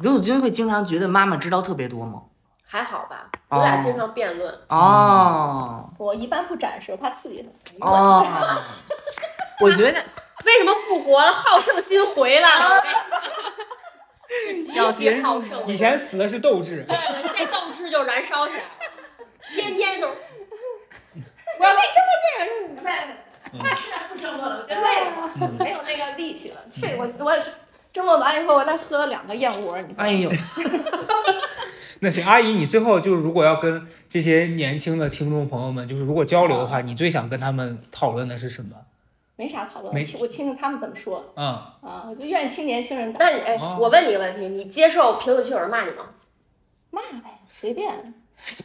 B: 刘子君会经常觉得妈妈知道特别多吗？
D: 还好吧？我俩经常辩论，
B: 哦
A: 我一般不展示，我怕刺激他。
B: 哦， <laughs> 我觉得
D: 为什么复活了？好胜心回来了，
B: <laughs> 要
D: 极
B: 别
D: 其
B: 人
D: <laughs> 好胜。
C: 以前死的是斗志，
D: 对了，这斗志就燃烧起来了，天天就是。
A: 我要给你争过这个， <laughs> 哎，
D: 哎，实在不争论了，
A: 真累了， <laughs> 没有那个力气了。这我我周末完以后，我再喝两个燕窝，你
B: 哎呦，
C: 那行，阿姨，你最后就是如果要跟这些年轻的听众朋友们，就是如果交流的话，你最想跟他们讨论的是什么？
A: 没啥讨论，
C: 没
A: 我听我听听他们怎么说
C: 嗯，
A: 啊，我就愿意听年轻人打
D: 那你哎，
C: 哦
D: 我问你个问题，你接受评论区有人骂你吗？
A: 骂呗，随便，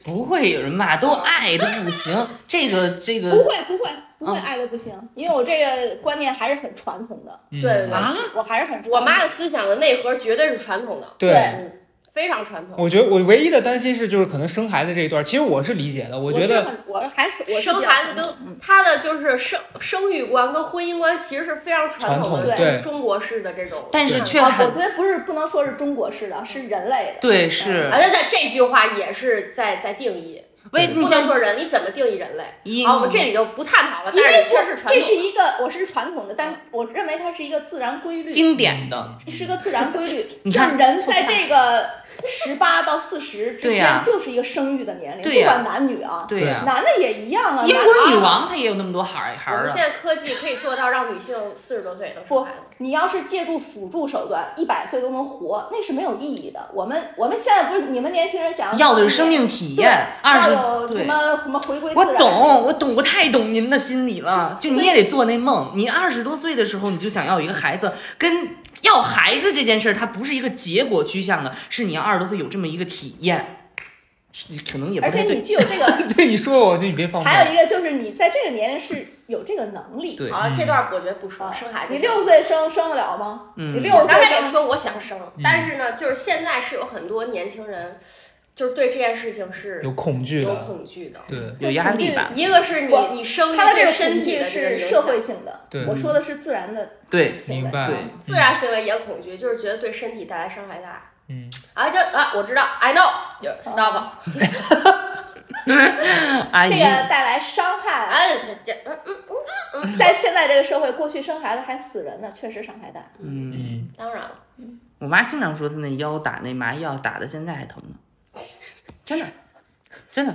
B: 不会有人骂，都爱的不行。这个这
A: 不
B: 个
A: 会不会不会爱的不行，因为我这个观念还是很传统的，
C: 嗯
D: 对对对，
B: 啊，
A: 我还是很传统
D: 我妈的思想的内核绝对是传统的，
C: 对。
D: 嗯，非常传统。
C: 我觉得我唯一的担心是，就是可能生孩子这一段，其实我是理解的。我
A: 我
C: 觉
A: 是
C: 得
A: 很我还是我是
D: 生
A: 比较
D: 孩子
A: 传统
D: 跟嗯她的就是生生育观跟婚姻观其实是非常传统
A: 传
D: 的，
A: 统
C: 对
D: 中国式的这种。
B: 但是
D: 嗯
B: 却
A: 啊
B: 很
A: 我觉得不是不能说是中国式的，是人类的，嗯
B: 对是
D: 啊，。那那这句话也是在在定义，
B: 喂，
D: 不
B: 你像
D: 能说人，你怎么定义人类？
B: 一
D: 好，我们这里就不探讨了，
A: 因
D: 但
A: 为
D: 是确实
A: 我
D: 传
A: 这是
D: 统。
A: 一个我是传统的，但我认为它是一个自然规律，
B: 经典的，
D: 嗯
A: 这是个自然规律。
B: 嗯你
A: 就是
B: 看
A: 人在这个十八到四十之
B: 对呀
A: 间，就是一个生育的年龄，
B: 对呀
A: 不管男女啊，
B: 对呀、
A: 男的也一样啊。
B: 英
A: 男
B: 国女
A: 啊
B: 王她也有那么多孩儿孩
D: 我们
B: 儿
D: 现
B: 啊，
D: 在科技可以做到让女性四十多岁也能生
A: 不
D: 孩子，
A: 你要是借助辅助手段，一百岁都能活，那是没有意义的。我们我们现在不是你们年轻人讲
B: 要的是生命体验。二
A: 啊要
B: 十
A: 有什
B: 对，
A: 么啊什么回归
B: 我
A: 自然
B: 懂，我懂，我太懂您的心理了。就你也得做那梦，你二十多岁的时候你就想要一个孩子，跟要孩子这件事儿，它不是一个结果趋向的，是你要二十多岁有这么一个体验，是可能也不
A: 而且
B: 太
A: 你
B: 对。
A: 具有这
B: <laughs>
A: 个，
C: <laughs> 对你说我，就你别放话。
A: 还有一个就是你在这个年龄是有这个能力。
B: 对
D: 好，了，
C: 嗯
D: 这段我觉得不说，生孩子。
A: 你六岁生生得了吗？
B: 嗯
A: 你六
D: 我
A: 岁
D: 刚才也
A: 生
D: 说我想生，
C: 嗯
D: 但是呢，就是现在是有很多年轻人，就是对这件事情是
C: 有恐惧
D: 有
C: 的，
D: 恐惧的。
C: 对，
B: 有压力吧？
D: 一个是你
A: 啊我
D: 你生育
A: 他的这
D: 对
A: 个
D: 身
A: 恐
D: 体
A: 惧
D: 的这个
A: 是
D: 影响
A: 社会性的，
C: 对
A: 我说的是自然的
B: 对
A: 行
C: 明
A: 为。
C: 白。
B: 对
C: 嗯
D: 自然行为也恐惧，就是觉得对身体带来伤害大。
C: 嗯，
D: 啊，就啊，我知道，I know，就
A: 啊
D: stop，
B: 阿
A: 这
B: 姨
A: 个，带来伤害，
D: 哎，这这，嗯嗯，
A: 在现在这个社会，过去生孩子还死人呢，确实伤害大。
B: 嗯，
C: 嗯，
D: 当然了，
B: 我妈经常说她那腰打那麻药打的现在还疼呢，真的，真的。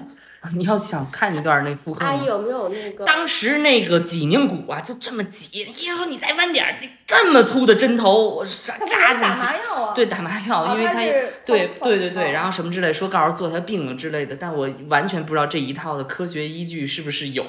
B: 你要想看一段那
A: 哎
B: 负荷吗，
D: 阿姨有没有那个？
B: 当时那个脊梁骨啊，就这么挤，医生说你再弯点儿，那这么粗的针头，我扎
A: 他不是
B: 扎
A: 打
B: 进去。
A: 麻药啊？
B: 对，打麻药，
A: 啊，
B: 因为
A: 他
B: 他
A: 是
B: 对
A: 放
B: 对对对，
A: 放
B: 然后什么之类，说告诉做他病了之类的，但我完全不知道这一套的科学依据是不是有，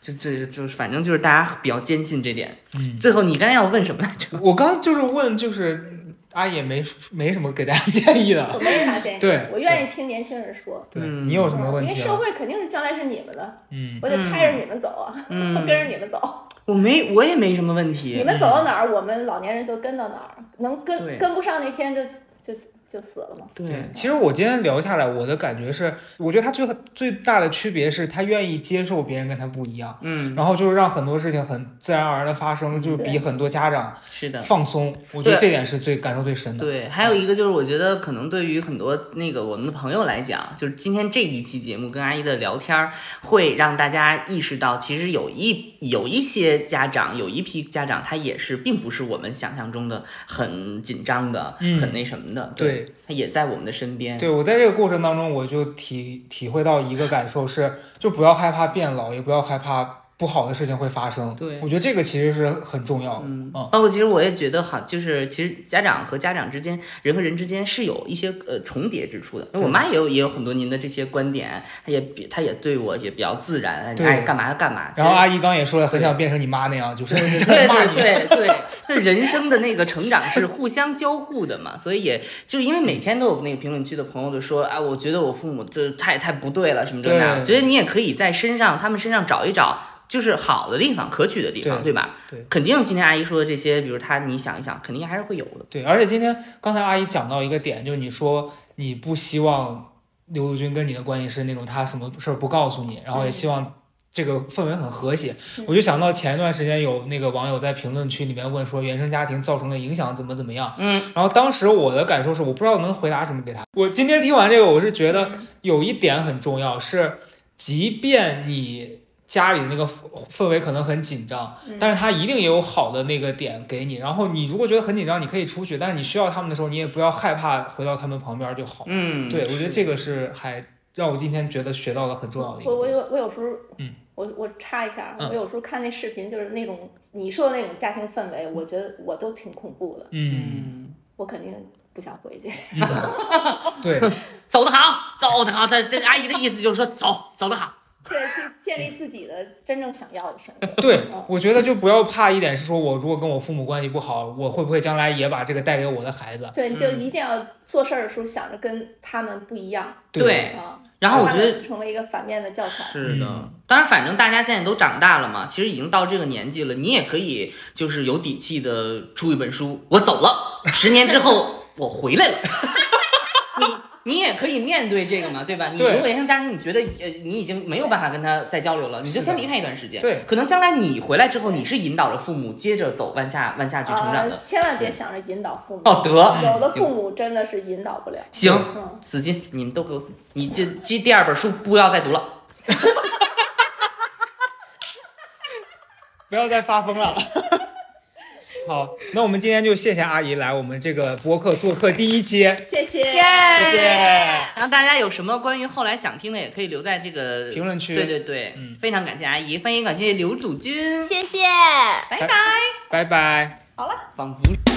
B: 就这就是反正就是大家比较坚信这点。
C: 嗯
B: 最后你刚才要问什么来着？
C: 我刚就是问，就是阿姨也没没什么给大家建议
A: 我
B: <laughs>
C: 的。
A: 没啥建议，
C: 对
A: 我愿意听年轻人说，
C: 对
B: 嗯
C: 你有什么问
A: 因为
C: 题
A: 社
C: 啊？
A: 会肯定是将来是你们的，
C: 嗯，
A: 我得拍着你们走啊，
B: 嗯
A: 跟着你们走，
B: 我没，我也没什么问题。
A: 你们走到哪儿，我们老年人就跟到哪儿，能
B: 对
A: 跟跟不上那天就就就死了嘛。
B: 对，
C: 其实我今天聊下来，我的感觉是，我觉得他最最大的区别是他愿意接受别人跟他不一样，
B: 嗯，
C: 然后就是让很多事情很自然而然的发生，就是比
A: 对
C: 很多家长
B: 是的。
C: 放松。我觉得
B: 对
C: 这点是最感受最深的。
B: 对，还有一个就是，我觉得可能对于很多那个我们的朋友来讲，就是今天这一期节目跟阿姨的聊天儿，会让大家意识到，其实有一有一些家长，有一批家长，他也是并不是我们想象中的很紧张的，
C: 嗯
B: 很那什么的，
C: 对
B: 他也在我们的身边。
C: 对我在这个过程当中，我就体体会到一个感受是，就不要害怕变老，也不要害怕不好的事情会发生。
B: 对
C: 我觉得这个其实是很重要的。嗯
B: 包括其实我也觉得哈，就是其实家长和家长之间，人和人之间是有一些呃重叠之处的。因为我妈也有也有很多您的这些观点，她也比她也对我也比较自然，哎
C: 对
B: 爱干嘛干嘛。
C: 然后
B: 其实
C: 阿姨刚也说了，很想变成你妈那样，就是
B: 对
C: 骂
B: 对
C: 你。
B: 对对， <laughs> 那人生的那个成长是互相交互的嘛，所以也就是因为每天都有那个评论区的朋友就说啊，我觉得我父母这太太不对了什么这那的，
C: 对
B: 觉得你也可以在身上他们身上找一找。就是好的地方，可取的地方，
C: 对
B: 对吧？
C: 对
B: 肯定今天阿姨说的这些，比如她，你想一想，肯定还是会有的。
C: 对，而且今天刚才阿姨讲到一个点，就是你说你不希望刘如君跟你的关系是那种他什么事儿不告诉你，然后也希望这个氛围很和谐。我就想到前一段时间有那个网友在评论区里面问说原生家庭造成的影响怎么怎么样，
B: 嗯，
C: 然后当时我的感受是我不知道能回答什么给他。我今天听完这个，我是觉得有一点很重要是，即便你。家里那个氛氛围可能很紧张，
B: 嗯
C: 但是它一定也有好的那个点给你。然后你如果觉得很紧张，你可以出去，但是你需要他们的时候，你也不要害怕回到他们旁边就好。
B: 嗯，
C: 对，我觉
B: 是
C: 得这个是还让我今天觉得学到了很重要的一个
A: 我我
C: 东西。
A: 有我有时候，
C: 嗯，
A: 我我插一下，啊
C: 嗯
A: 我有时候看那视频，就是那种你说的那种家庭氛围，我觉得我都挺恐怖的，
C: 嗯，
B: 嗯，
A: 我肯定不想回去。 <laughs>
B: <laughs>
C: 对，
B: 走得好，走得好。她这阿姨的意思就是说，走，走得好。
A: 对，去建立自己的真正想要的
B: <laughs>
A: 生活。
C: 对
A: 嗯，
C: 我觉得就不要怕一点是说，我如果跟我父母关系不好，我会不会将来也把这个带给我的孩子？
A: 对，你
B: 嗯
A: 就一定要做事儿的时候想着跟他们不一样
B: 对
A: 啊。
B: 然后我
A: 让
B: 觉
A: 他们
B: 得
A: 成为一个反面的教材。
B: 是的
C: 嗯，
B: 当然，反正大家现在都长大了嘛，其实已经到这个年纪了，你也可以就是有底气的出一本书，我走了，十年之
A: <laughs>
B: 后我回来了。你你也可以面对这个嘛，对吧？你
C: 对
B: 如果原生家庭你觉得呃你已经没有办法跟他再交流了，你就是
C: 的
B: 先离开一段时间。
C: 对
B: 可能将来你回来之后，你是引导着父母接着走往下往下去成长
A: 啊，
B: 的。嗯
A: 千万别想着引导父母，
B: 哦，得，
A: 有的
B: 行
A: 父母真的是引导不了。
B: 行，
A: 嗯，
B: 死金，你们都给我死！你这这第二本书不要再读了。
C: 不要再发疯了。 <laughs> 好，那我们今天就谢谢阿姨来我们这个播客做客第一期，
A: 谢谢，哎
C: 谢谢。
B: 然后大家有什么关于后来想听的，也可以留在这个
C: 评论区
B: 对对对，
C: 嗯
B: 非常感谢阿姨，非常感谢刘主君，
E: 谢谢。
B: 拜
C: 拜
B: 拜。
C: 拜拜。
A: 好了。
B: 仿佛。